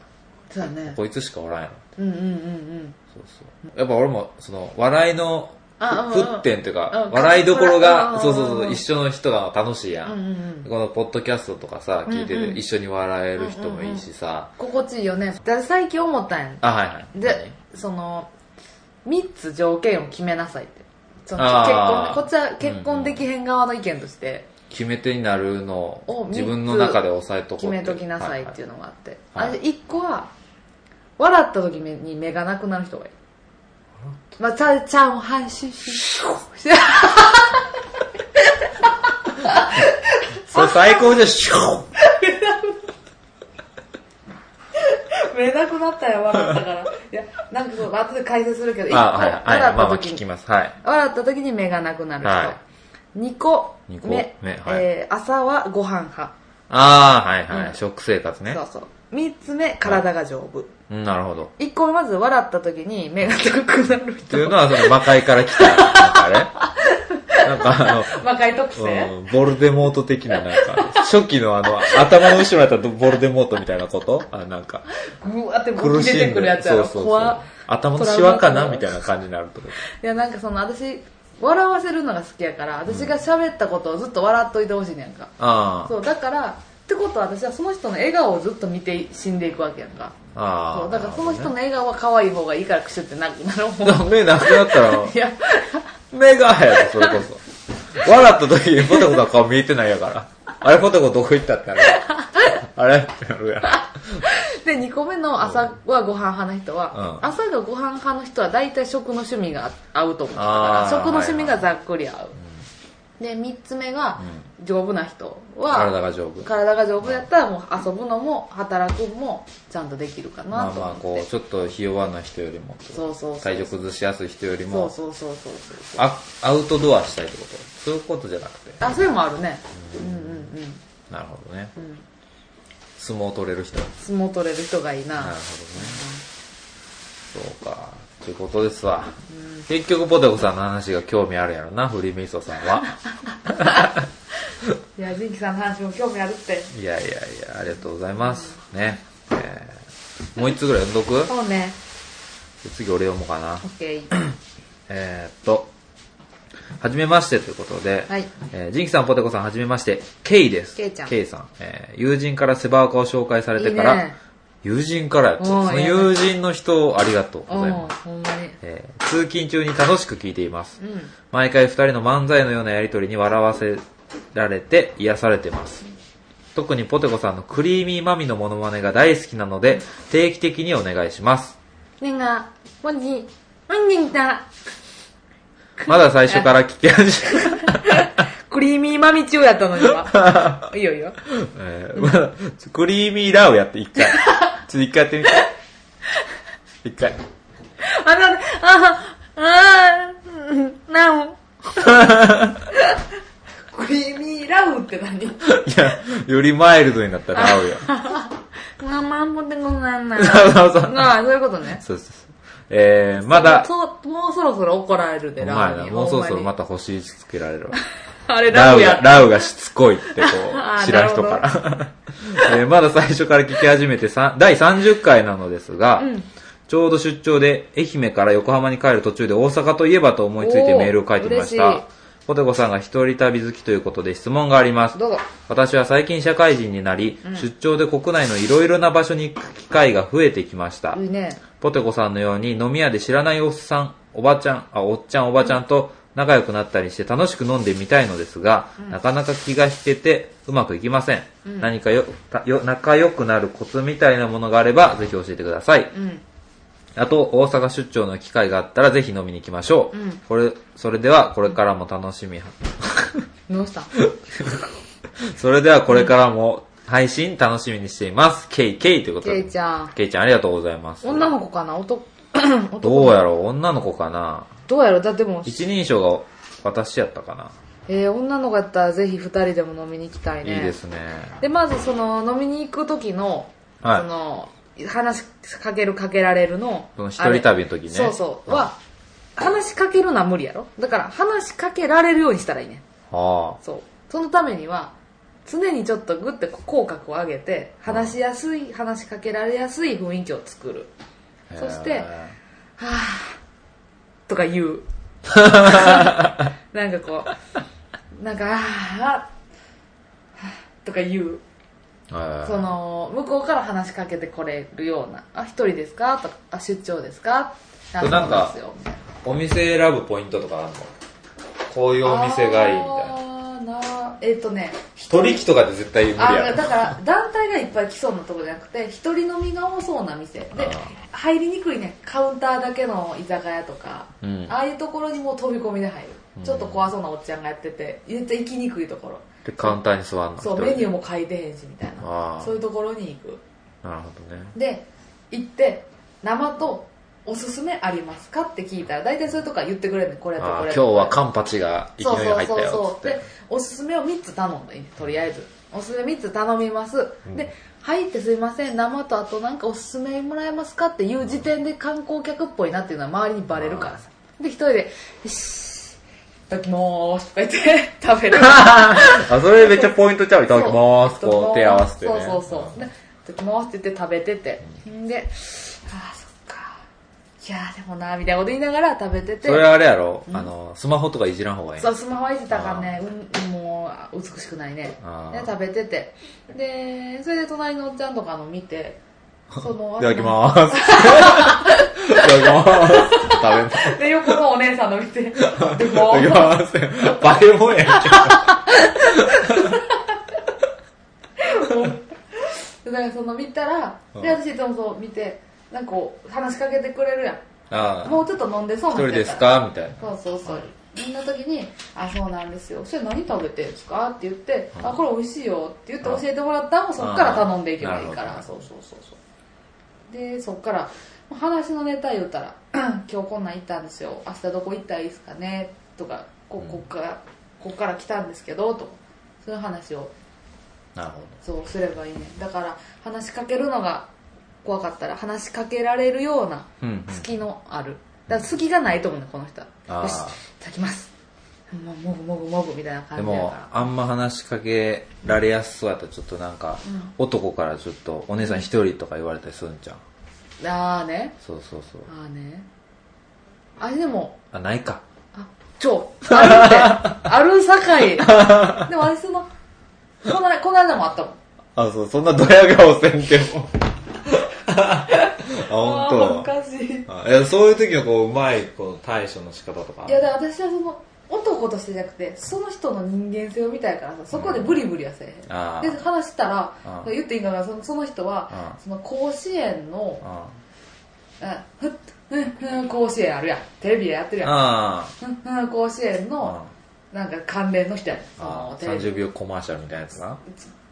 Speaker 2: そうだね。
Speaker 1: こいつしかおらんやろ。
Speaker 2: うんうんうん
Speaker 1: そうそう。やっぱ俺も、その、笑いの、
Speaker 2: あうんうん
Speaker 1: 沸点という
Speaker 2: う
Speaker 1: か
Speaker 2: ん、
Speaker 1: 笑いどころ
Speaker 2: うんうんう
Speaker 1: が、
Speaker 2: ん
Speaker 1: そうそうそう、一緒の人が楽しいや
Speaker 2: うん。うん
Speaker 1: ん。
Speaker 2: うんうん。
Speaker 1: このポッドキャストとかさ、聞いて
Speaker 2: うんうん
Speaker 1: て一緒に笑える人もいいしさ、
Speaker 2: 心地いいよね。だ最近思ったんやん。
Speaker 1: あ、はいはい。
Speaker 2: で、その、3つ条件を決めなさいって。その結婚
Speaker 1: あー
Speaker 2: ね、こっちは結婚できへん側の意見として
Speaker 1: 決め手になるの
Speaker 2: を
Speaker 1: を自分の中で抑えとこう
Speaker 2: 決めときなさいっ
Speaker 1: は
Speaker 2: ていうのがあって。
Speaker 1: はいはい
Speaker 2: あ1個は、笑った時に目がなくなる人がいい。まあ、ちゃうちゃう、はい、シュッシュッシュッ。
Speaker 1: それ最高じゃん、シュッ
Speaker 2: 目なくなったよ、笑ったから。いや、なんかそう、後で解説するけど、一個
Speaker 1: あ、はいはい。ま
Speaker 2: 笑
Speaker 1: あ
Speaker 2: った
Speaker 1: まあ
Speaker 2: 時
Speaker 1: 聞き
Speaker 2: に、
Speaker 1: ます。はい。
Speaker 2: 笑った時に目がなくなる
Speaker 1: はい
Speaker 2: 人。2個目、
Speaker 1: 二個目はい
Speaker 2: えー朝はご飯派。
Speaker 1: ああ、はいはい、
Speaker 2: うん
Speaker 1: 食生活ね
Speaker 2: そう。そう。3つ目、体が丈夫。
Speaker 1: うんなるほど。
Speaker 2: 1個目まず笑った時に目が高くなる
Speaker 1: っていう
Speaker 2: 人。
Speaker 1: のは、その魔界から来た、なんかあ れなんかあの、
Speaker 2: 若い特性
Speaker 1: うんボルデモート的な、なんか、初期のあの、頭の後ろやったらボルデモートみたいなことあなんか、
Speaker 2: ぐわって
Speaker 1: 苦
Speaker 2: 浮き
Speaker 1: し
Speaker 2: 出
Speaker 1: んで、
Speaker 2: てくるやつやろ。
Speaker 1: そうそう
Speaker 2: 怖
Speaker 1: そう
Speaker 2: っ。
Speaker 1: 頭のシワか
Speaker 2: トラウ
Speaker 1: な
Speaker 2: マ
Speaker 1: みたいな感じになると思
Speaker 2: いや、なんかその私、笑わせるのが好きやから、私が喋ったことをずっと笑っといてほしいねんか。
Speaker 1: ああ。
Speaker 2: そう、だから、ってことは私はその人の笑顔をずっと見て死んでいくわけやんか。
Speaker 1: あ
Speaker 2: そ
Speaker 1: あ。
Speaker 2: うだからその人の笑顔は可愛い方がいいからクシュってなくなるもん。
Speaker 1: なるほど ね。目なくなったら、
Speaker 2: いや、
Speaker 1: 目がやろ、それこそ。笑った時にポテコの顔見えてないやから。あれ、ポテコどこ行ったってなる。あれってなるやん。
Speaker 2: で、2個目の朝はご飯派の人は、
Speaker 1: うん
Speaker 2: 朝がご飯派の人は大体食の趣味が合うと思う。だから
Speaker 1: あー
Speaker 2: 食の趣味がざっくり合う。で、3つ目が丈夫な人
Speaker 1: 体
Speaker 2: は、
Speaker 1: が丈夫。
Speaker 2: 体が丈夫やったらもう遊ぶのも働くのもちゃんとできるか
Speaker 1: ま
Speaker 2: な
Speaker 1: あ
Speaker 2: と
Speaker 1: ま
Speaker 2: 思
Speaker 1: あ、
Speaker 2: って。
Speaker 1: こう、ちょっとひ弱な人よりも、
Speaker 2: そうそうそう。
Speaker 1: 体調崩しやすい人より
Speaker 2: そう
Speaker 1: も、
Speaker 2: そうそうそうそう。
Speaker 1: あアウトドアしたいってことそういうことじゃなくて。
Speaker 2: あ、そういうのもあるね。うんうんうん。
Speaker 1: なるほどね。
Speaker 2: ん
Speaker 1: 相撲取れる人。なる
Speaker 2: 相撲取れる人がいい
Speaker 1: ほど
Speaker 2: な
Speaker 1: ね。。そうか。ということですわ。結局、ポテコさんの話が興味あるやろな、フリーメイソンさんは。
Speaker 2: いや、ジンキさんの話も興味あるって。
Speaker 1: いやいやいや、ありがとうございます。ね。えーもう一つぐらい読んどく
Speaker 2: そうね。
Speaker 1: 次俺読もうかな
Speaker 2: オ。ッケー。
Speaker 1: えー、っと、はじめましてということで、
Speaker 2: はい
Speaker 1: えージンキさん、ポテコさん、はじめまして、ケイです。
Speaker 2: ケイちゃん
Speaker 1: さん。えー友人からセバーカを紹介されてから、
Speaker 2: いいね
Speaker 1: 友人からやって、
Speaker 2: おー
Speaker 1: その
Speaker 2: いいね
Speaker 1: 友人の人をありがとう
Speaker 2: う
Speaker 1: ござい
Speaker 2: ん、
Speaker 1: ます。
Speaker 2: ほんまに。
Speaker 1: えー通勤中に楽しく聞いています。
Speaker 2: うん。
Speaker 1: 毎回二人の漫才のようなやりとりに笑わせられて癒されてます。特にポテコさんのクリーミーマミのモノマネが大好きなので、定期的にお願いします。
Speaker 2: ねが、本人、本人だ。
Speaker 1: まだ最初から聞き始め、
Speaker 2: クリーミーマミ中やったのに は。いいよいいよ。
Speaker 1: えーまだクリーミーラウやって一回。ちょっと一回やってみて。一回。
Speaker 2: あ、なんで、あ、あ、うんなお。 クリーミーラウって何
Speaker 1: いや、よりマイルドになったらラウや。
Speaker 2: 我慢もてござんな。
Speaker 1: そうそうそう。
Speaker 2: ああ、そういうことね。
Speaker 1: そうそうそう。えー、まだ、
Speaker 2: そう、もうそろそろ怒られるで、
Speaker 1: お前
Speaker 2: ラウ
Speaker 1: ら、
Speaker 2: に。
Speaker 1: もうそろそろ
Speaker 2: ほんま
Speaker 1: ま
Speaker 2: に。
Speaker 1: た星1つけられるわ。
Speaker 2: あれ、ラ
Speaker 1: ラ
Speaker 2: ウ
Speaker 1: ウ
Speaker 2: や
Speaker 1: が、
Speaker 2: った。
Speaker 1: ラウがしつこいってこ
Speaker 2: あー
Speaker 1: う、知らん人から。 えーまだ最初から聞き始めてさん第30回なのですが、
Speaker 2: うん
Speaker 1: ちょうど出張で愛媛から横浜に帰る途中で大阪といえばと思いついて
Speaker 2: おー
Speaker 1: メールを書いてみまし
Speaker 2: 嬉しい
Speaker 1: た。ポテコさんが一人旅好きということで質問があります。
Speaker 2: どうぞ。
Speaker 1: 私は最近社会人になり、出張で国内のいろいろな場所に行く機会が増えてきました。
Speaker 2: いいね。
Speaker 1: ポテコさんのように飲み屋で知らないおっさん、おばちゃん、あ、おっちゃん、おばちゃんと仲良くなったりして楽しく飲んでみたいのですが、なかなか気が引けてうまくいきません。何かよたよ、仲良くなるコツみたいなものがあれば、ぜひ教えてください。
Speaker 2: うん。
Speaker 1: あと、大阪出張の機会があったら、ぜひ飲みに行きましょう。
Speaker 2: うん
Speaker 1: これ、それでは、これからも楽しみ、
Speaker 2: どうした
Speaker 1: それではこれからも配信楽しみにしています。ケイケイということ
Speaker 2: ケ
Speaker 1: で。
Speaker 2: イちゃん。
Speaker 1: ケイちゃんありがとうございます。
Speaker 2: 女の子かな男、 男
Speaker 1: どうやろう女の子かな
Speaker 2: どうやろだってもう、
Speaker 1: 一人称が私やったかな、
Speaker 2: えー女の子やったらぜひ二人でも飲みに行きたいね。
Speaker 1: いいですね。
Speaker 2: でまずその飲みに行く時の、
Speaker 1: はい
Speaker 2: その話しかけるかけられるの
Speaker 1: その一人旅の時ね
Speaker 2: あれそうそう
Speaker 1: うん
Speaker 2: は話しかけるのは無理やろだから話しかけられるようにしたらいいね
Speaker 1: あ
Speaker 2: そうそのためには常にちょっとグッて口角を上げて話しやすい話しかけられやすい雰囲気を作る
Speaker 1: あ。
Speaker 2: そして
Speaker 1: へ
Speaker 2: とか言 うなんかこうなんかあーあーとか言う
Speaker 1: ー、へー
Speaker 2: そ、の向こうから話しかけてこれるような「あ一人ですか?」とか「あ出張ですか?」
Speaker 1: れなんか
Speaker 2: ですよ
Speaker 1: お店選ぶポイントとかあるのこういうお店がいいみたいな。
Speaker 2: なあーなえっ、とね
Speaker 1: 取引とかで絶対無理
Speaker 2: あ
Speaker 1: やろ
Speaker 2: だ。から団体がいっぱい来そうなとこじゃなくて一人飲みが多そうな店で
Speaker 1: あ
Speaker 2: 入りにくいねカウンターだけの居酒屋とか、
Speaker 1: うん
Speaker 2: ああいうところにもう飛び込みで入る、ちょっと怖そうなおっちゃんがやってて絶対行きにくいところ
Speaker 1: で、カウンターに座るの。
Speaker 2: そうメニュー
Speaker 1: ー。
Speaker 2: も書いてへんしみたい
Speaker 1: あ
Speaker 2: な
Speaker 1: ー
Speaker 2: そういうところに行く
Speaker 1: なるほどね。
Speaker 2: で行って生とおすすめありますかって聞いたら大体そういうとこは言ってくれるねこれと
Speaker 1: あ
Speaker 2: こ
Speaker 1: あ
Speaker 2: れ
Speaker 1: 今
Speaker 2: と
Speaker 1: 日は
Speaker 2: こ
Speaker 1: カンパチが
Speaker 2: れ
Speaker 1: 勢い入った
Speaker 2: そうそう
Speaker 1: よ
Speaker 2: そ
Speaker 1: っ
Speaker 2: う
Speaker 1: つっ
Speaker 2: で
Speaker 1: て。
Speaker 2: おすすめを3つ頼んだいいねとりあえずおすすめ3つ頼みます、
Speaker 1: ん
Speaker 2: で「入ってすいません生とあとなんかおすすめもらえますか?」っていう時点で観光客っぽいなっていうのは周りにバレるからさで一人で「よしいただきまーす」とか言って食べ る
Speaker 1: あ、それめっちゃポイントちゃう。いただきます。
Speaker 2: そう
Speaker 1: こう手合わせてね。
Speaker 2: そうそうそう。で、いただきますって言って食べてて。で、ああ、そっか。いやーでもな、みたいなこと言いながら食べてて。
Speaker 1: それはあれやろ、あの、スマホとかいじらん方がいい。
Speaker 2: そう、スマホいじったからね、うん、もう、美しくないね
Speaker 1: あ。ー
Speaker 2: で、食べてて。で、それで隣のおっちゃんとかの見て、 その、
Speaker 1: いただきまーす。いただきまーす。食べ
Speaker 2: す。で、横のお姉さんの見 て、いただきま
Speaker 1: い
Speaker 2: ー
Speaker 1: た
Speaker 2: す
Speaker 1: だきます。バレもんやんけ
Speaker 2: で、なんかその見たら、
Speaker 1: うん
Speaker 2: で、私いつもそう見て、なんかこう、話しかけてくれるやん。
Speaker 1: ああ
Speaker 2: もうちょっと飲んでそう
Speaker 1: 一
Speaker 2: な人
Speaker 1: 人
Speaker 2: やら
Speaker 1: ですかみたいな。
Speaker 2: そうそうそう、
Speaker 1: はい
Speaker 2: みんな時に「あそうなんですよそれ何食べてんですか?」って言って「あこれ美味しいよ」って言って教えてもらったらもうそっから頼んでいけばいいか
Speaker 1: あ
Speaker 2: ら
Speaker 1: ー
Speaker 2: そうそうそうそうでそっからまあ話のネタ言うたら 「今日こんなん行ったんですよ明日どこ行ったらいいですかね?」とかここっから、こっから来たんですけど」とかそういう話を
Speaker 1: なるほど。
Speaker 2: そうすればいいねだから話しかけるのが怖かったら話しかけられるような
Speaker 1: うんうん
Speaker 2: 隙のある、だから隙がないと思うねこの人
Speaker 1: あー
Speaker 2: はよしいただきますももぐもぐもぐみたいな
Speaker 1: で
Speaker 2: 感じや
Speaker 1: も
Speaker 2: か、
Speaker 1: あんま話しかけられやすそうやったら、ちょっとなんか、男からちょっと、お姉さん一人とか言われたりするんじゃん。
Speaker 2: らああね
Speaker 1: そうそうそう。
Speaker 2: ああねあれでも
Speaker 1: あ、ないか。
Speaker 2: あちょ あるってある境でもあれそのこのこの間もあったもん
Speaker 1: あ、そう、そんなドヤ顔せんでも。あ、
Speaker 2: あ
Speaker 1: 本
Speaker 2: ー
Speaker 1: 当。
Speaker 2: 恥ずかしい
Speaker 1: あいや、そういう時のこう、うまい、こう、対処の仕方とかあ
Speaker 2: い
Speaker 1: る。
Speaker 2: やだから私はその男としてじゃなくてその人の人間性を見たいからさそこでブリブリはせえへ
Speaker 1: あ
Speaker 2: ん、
Speaker 1: ー
Speaker 2: で話したら
Speaker 1: あー
Speaker 2: 言っていいのがそのその人は
Speaker 1: あー
Speaker 2: その甲子園の
Speaker 1: あ
Speaker 2: うんふっうんうん甲子園あるやんテレビでやってる
Speaker 1: ー
Speaker 2: やん
Speaker 1: あ
Speaker 2: うんうん甲子園
Speaker 1: ー。
Speaker 2: の
Speaker 1: あ
Speaker 2: なんか関連の人やねんその
Speaker 1: あー
Speaker 2: テレビ
Speaker 1: 30秒コマーシャルみたいなやつな。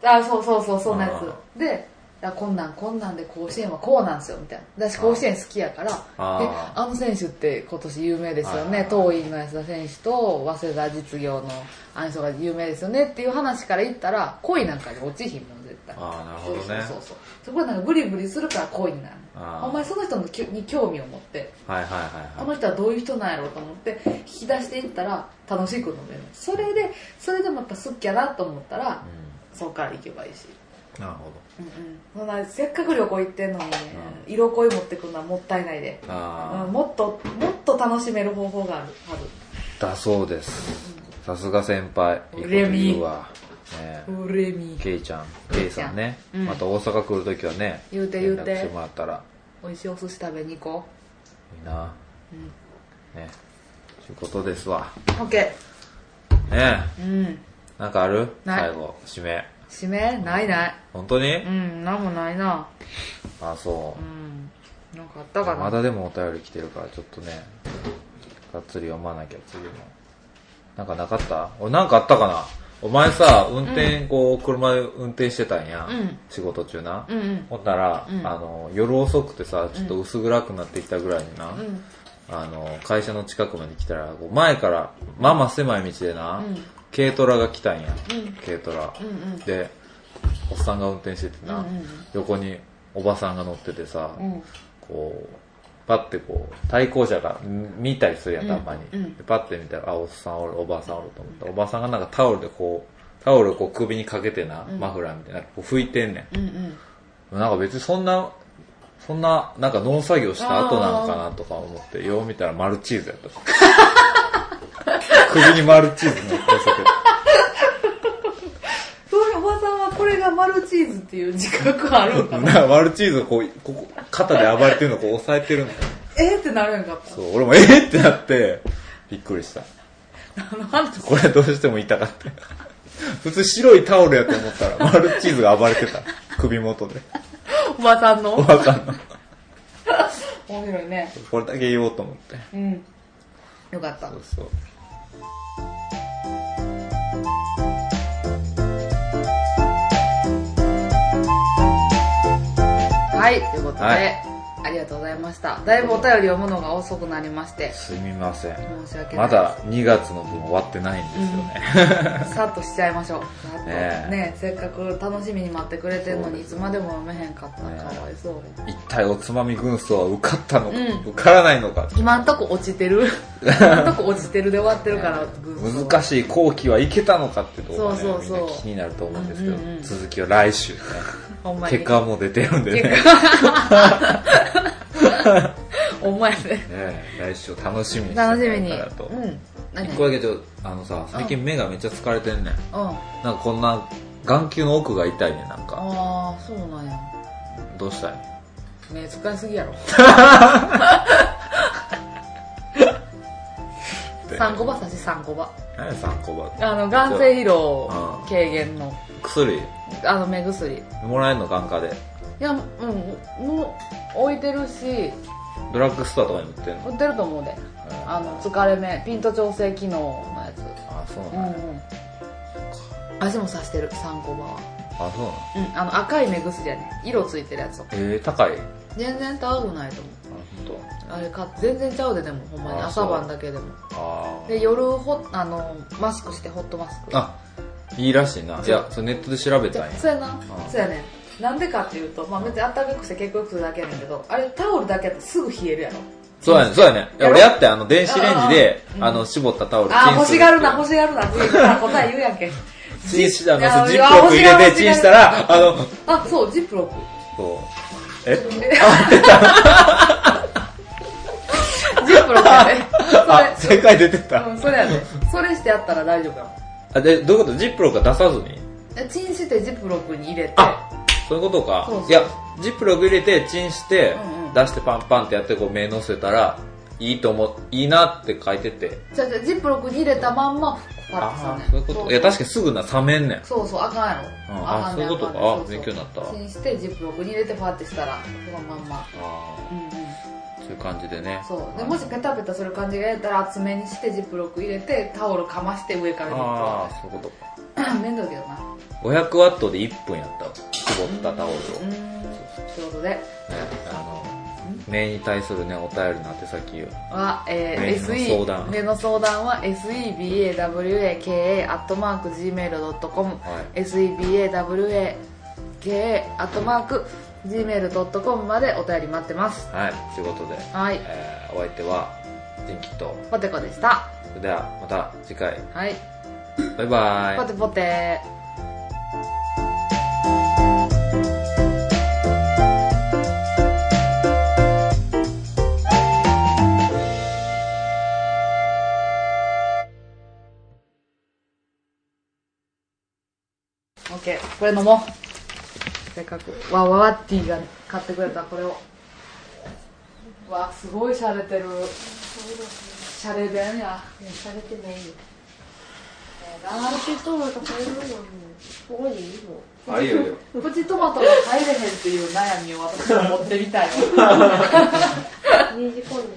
Speaker 2: あそうそうそうそんなや
Speaker 1: あ
Speaker 2: つであこんなんこんなんで甲子園はこうなんすよみたいな私甲子園好きやから
Speaker 1: あ
Speaker 2: で
Speaker 1: あ
Speaker 2: あの選手って今年有名ですよ
Speaker 1: あ
Speaker 2: ね
Speaker 1: あ
Speaker 2: 桐蔭の安田選手と早稲田実業のあの人が有名ですよねっていう話から言ったら恋なんかに落ちひんもん絶対
Speaker 1: ああ、なるほどね。
Speaker 2: そうそうそうそこでなんかブリブリするから恋になる
Speaker 1: ああ
Speaker 2: お前その人のきに興味を持って
Speaker 1: はいはい
Speaker 2: こ
Speaker 1: はいは
Speaker 2: の人はどういう人なんやろうと思って引き出していったら楽しいことになるそれでそれでもやっぱ好きやなと思ったら
Speaker 1: い。
Speaker 2: そこから行けばいいし、
Speaker 1: うん。なるほど。
Speaker 2: うんうん、そんなせっかく旅行行ってんのにね、色恋持ってくるのはもったいないで、
Speaker 1: あ
Speaker 2: うん、もっともっと楽しめる方法がある
Speaker 1: あ、だそうです。さすが先輩。いいこと言うわ。ね
Speaker 2: はずうれみ
Speaker 1: ケイちゃん、ケイさんね。
Speaker 2: うん
Speaker 1: また大阪来るときはね、
Speaker 2: 言うて言うて
Speaker 1: 連絡してもらったら
Speaker 2: 美味しいお寿司食べに行こ
Speaker 1: いいな。ね。ということですわ。
Speaker 2: う OK
Speaker 1: ね
Speaker 2: うん
Speaker 1: なんかある
Speaker 2: ない
Speaker 1: 最後、締め。
Speaker 2: 締めないない
Speaker 1: 本当に
Speaker 2: うんなんもないな
Speaker 1: あ、そうう。
Speaker 2: んなんかあったかな
Speaker 1: まだでもお便り来てるから、ちょっとね、がっつり読まなきゃ、次も。なんかなかった俺なんかあったかなお前さ、運転、こう、車で運転してたんや。
Speaker 2: うん
Speaker 1: 仕事中な。
Speaker 2: うんうん
Speaker 1: ほんなら、
Speaker 2: うん
Speaker 1: あの、夜遅くてさ、ちょっと薄暗くなってきたぐらいにな、
Speaker 2: うん
Speaker 1: あの、会社の近くまで来たら、こう前から、まあまあ狭い道でな、
Speaker 2: うん
Speaker 1: 軽トラが来たんや。
Speaker 2: うん
Speaker 1: 軽トラ。
Speaker 2: うんうん
Speaker 1: で、おっさんが運転しててな、
Speaker 2: うんうん
Speaker 1: 横におばさんが乗っててさ、
Speaker 2: うん
Speaker 1: こう、パッてこう、対向車がん見たりするやん、
Speaker 2: うん
Speaker 1: たまに。
Speaker 2: うん
Speaker 1: でパッて見たら、あ、おっさんおる、おばあさんおると思った。おばあさんがなんかタオルでこう、タオルをこう首にかけてな、
Speaker 2: うん
Speaker 1: マフラーみたいな、こう拭いてんね
Speaker 2: うんうん
Speaker 1: ん。なんか別にそんな、そんな、なんか農作業した後なのかなとか思って、よう見たらマルチーズや った。首にマルチーズ乗っかせて。
Speaker 2: そういうおばさんはこれがマルチーズっていう自覚あるんか
Speaker 1: なん
Speaker 2: な
Speaker 1: かマルチーズをこう、ここ、肩で暴れてるのをこう押さえてるの。
Speaker 2: えーってなるんかっ
Speaker 1: そう、俺もえーってなって、びっくりした。
Speaker 2: たなんと
Speaker 1: これどうしても痛かった。普通白いタオルやと思ったら、マルチーズが暴れてた。首元で。
Speaker 2: おばさん の
Speaker 1: おばさんの。
Speaker 2: 面白いね
Speaker 1: これだけ言おうと思って。
Speaker 2: うんよかった
Speaker 1: そうそう。
Speaker 2: はいということで、
Speaker 1: はい
Speaker 2: ありがとうございましただいぶお便り読むのが遅くなりまして
Speaker 1: すみません。
Speaker 2: 申し訳な
Speaker 1: ま
Speaker 2: いです
Speaker 1: だ2月の分終わってないんですよね。
Speaker 2: さっとしちゃいましょうさっと
Speaker 1: ね
Speaker 2: ね
Speaker 1: え
Speaker 2: せっかく楽しみに待ってくれてるのにいつまでも読めへんかった
Speaker 1: ねえ
Speaker 2: かわいそうに
Speaker 1: 一体おつまみ軍曹は受かったのか、
Speaker 2: うん
Speaker 1: 受からないのか。
Speaker 2: 今んとこ落ち てる今んとこ落ちてるで終わってるから、
Speaker 1: 難
Speaker 2: し
Speaker 1: しい後期はいけたのかってところが、ね、
Speaker 2: そうそう
Speaker 1: み
Speaker 2: そう
Speaker 1: んな気になると思うんですけど、
Speaker 2: うんうんうん
Speaker 1: 続きは来週、ね、
Speaker 2: いほんまに
Speaker 1: 結果はもう出てるんでね
Speaker 2: 結
Speaker 1: ね
Speaker 2: お前ね
Speaker 1: 来週を楽しみにしてもら
Speaker 2: 楽しみ
Speaker 1: え
Speaker 2: に
Speaker 1: たらと
Speaker 2: うん何
Speaker 1: 一個だけちょあのさ最近目がめっちゃ疲れてんねん、
Speaker 2: うん
Speaker 1: なんかこんな眼球の奥が痛いねんなんか
Speaker 2: ああそうなんや
Speaker 1: どうしたい
Speaker 2: ね使いすぎやろ三コバさし三コバ
Speaker 1: 何や3個ば
Speaker 2: あの眼性疲労軽減の
Speaker 1: 薬
Speaker 2: あの目薬い
Speaker 1: もらえんの眼科で
Speaker 2: やうんもう置いてるし
Speaker 1: ドラッグストアとかに売ってんの
Speaker 2: 売ってると思うであの疲れ目ピント調整機能のやつ
Speaker 1: あそうな
Speaker 2: うんん
Speaker 1: や
Speaker 2: うん足もさしてる三コバは
Speaker 1: あそうなの
Speaker 2: うんあの赤い目薬やね色ついてるやつを
Speaker 1: えー、高いあ
Speaker 2: 全然高くないと思う
Speaker 1: 本当。
Speaker 2: あれ買って全然ちゃうででもほんまに
Speaker 1: あそう
Speaker 2: 朝晩だけでも
Speaker 1: あー
Speaker 2: で夜ほあのマスクしてホットマスク
Speaker 1: あいいらしいないやそれネットで調べ
Speaker 2: じ
Speaker 1: たん
Speaker 2: ゃ
Speaker 1: や
Speaker 2: そうやな
Speaker 1: あ
Speaker 2: そうやねんなんでかっていうと、まあ、別にあったかくして結構よくするだけやねんけどあれタオルだけやったらすぐ冷えるやろ
Speaker 1: そうやねそうやねいや
Speaker 2: やろ
Speaker 1: 俺やってあの電子レンジで
Speaker 2: あーうん
Speaker 1: あの絞ったタオル
Speaker 2: ああ
Speaker 1: チン
Speaker 2: 欲
Speaker 1: する
Speaker 2: しがるな欲しがるなって言うから答え言うやんけ
Speaker 1: チンした
Speaker 2: いや
Speaker 1: のジップロック入れてチンしたらあの
Speaker 2: あそうジップロック
Speaker 1: そうえ
Speaker 2: ジップロックやね
Speaker 1: あ
Speaker 2: それ
Speaker 1: 正解出てた、
Speaker 2: うん、それやねそれしてやったら大丈夫やもん
Speaker 1: あでどういうことジップロックは出さずに
Speaker 2: えチンしてジップロックに入れて
Speaker 1: あそういうことか
Speaker 2: そうそう
Speaker 1: いやジップロック入れてチンして、
Speaker 2: うんうん
Speaker 1: 出してパンパンってやってこう目のせたらいいと思ういいなって書いてて
Speaker 2: じゃあじゃあジップロックに入れたまんまパッとさ
Speaker 1: あ
Speaker 2: ね
Speaker 1: ーそういうこといや確かにすぐな冷めんねん
Speaker 2: そうそう、あかんやろ。
Speaker 1: うんあ
Speaker 2: かん
Speaker 1: そう
Speaker 2: ね
Speaker 1: いうことか
Speaker 2: あ
Speaker 1: あ勉強になったわ
Speaker 2: チンして、ジップロックに入れて、ファーってしたら、そのまんま。
Speaker 1: あ
Speaker 2: うんうん。
Speaker 1: ーそういう感じでね
Speaker 2: そう。で、もしペタペタする感じがやったら、厚めにして、ジップロック入れて、タオルかまして、上から
Speaker 1: ああそ
Speaker 2: 塗
Speaker 1: ういうことか
Speaker 2: ってめんどいけどな。
Speaker 1: 500ワットで1分やったわ絞ったタオルを、
Speaker 2: う
Speaker 1: ね
Speaker 2: ーん。ということで、
Speaker 1: あの目に対するねお便りの宛先を
Speaker 2: は、え
Speaker 1: 目
Speaker 2: ー、
Speaker 1: の相談
Speaker 2: SE、目の相談は、sebawaka.gmail.com、
Speaker 1: はい
Speaker 2: sebawaka.gmail.com までお便り待ってます。
Speaker 1: はいということで、
Speaker 2: はい。
Speaker 1: えーお相手は天気と
Speaker 2: ポテコでした。
Speaker 1: それではまた次回
Speaker 2: はい。
Speaker 1: バイバイ
Speaker 2: ポテポテ。オッケー、これ飲もう。せっかく、わわわティが買ってくれたこれを。わ、すごい洒落てる。洒落弁や。
Speaker 3: されてないよ。アルピトマト買えるのに、ここにいるの。
Speaker 1: あいいよいいよ
Speaker 2: プチトマトが入れへんっていう悩みを私は持ってみたいわ。
Speaker 3: 2時間に。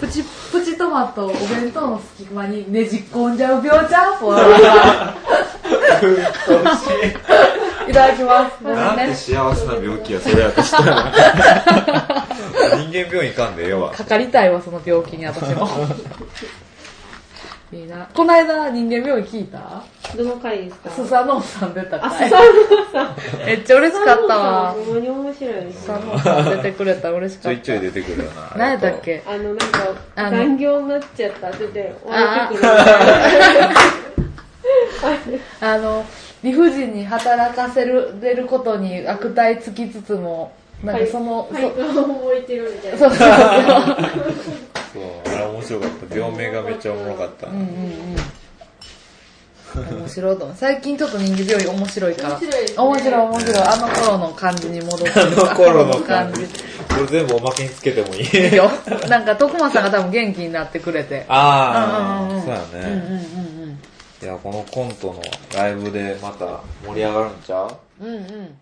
Speaker 2: ちプチプチトマトをお弁当の隙間にねじ込んじゃう病ちゃんぽ いただきますごめ
Speaker 1: なんんて
Speaker 2: ね
Speaker 1: 幸せな病気や、それやとした ら。人間病院行かんでええわ。
Speaker 2: かかりたいわその病気に私もいいなこの間人間病院聞いた
Speaker 3: どの回ですか
Speaker 2: スサノオさん出た
Speaker 3: あ、
Speaker 2: か
Speaker 3: ス
Speaker 2: い
Speaker 3: サノさん。
Speaker 2: めっちゃ嬉しかったわ
Speaker 3: ほんまに面白いで
Speaker 2: ス
Speaker 3: すね
Speaker 2: サ。ノオさん出てくれたら嬉し
Speaker 1: ち
Speaker 2: か
Speaker 1: ょ
Speaker 2: っ
Speaker 1: いちょい出てくるよな。
Speaker 2: た何やったっけ
Speaker 3: あの、なん
Speaker 2: あ
Speaker 3: か、
Speaker 2: の
Speaker 3: 残業になっちゃったって言って、終わる時に。
Speaker 2: あの理不尽に働かせる出ることに悪態つきつつもなんかその、
Speaker 3: はい、はい覚えてるみたいな。
Speaker 2: そそうそうそう
Speaker 1: あと。そう、あれ面白かった。病名がめっちゃおもろかった。
Speaker 2: うんうんうん面白いと思う最近ちょっと人気病院面白いから
Speaker 3: 面白いですね
Speaker 2: 面白い面白いあの頃の感じに戻って
Speaker 1: あの頃の
Speaker 2: 感
Speaker 1: 感
Speaker 2: じ
Speaker 1: じ。これ全部おまけにつけても いい。
Speaker 2: いいよなんか徳間さんが多分元気になってくれて
Speaker 1: あ
Speaker 2: うん
Speaker 1: あ、
Speaker 2: うんん
Speaker 1: そうや
Speaker 2: うんうん
Speaker 1: ね。いや、このコントのライブでまた盛り上がるんちゃう
Speaker 2: うんうんうんうん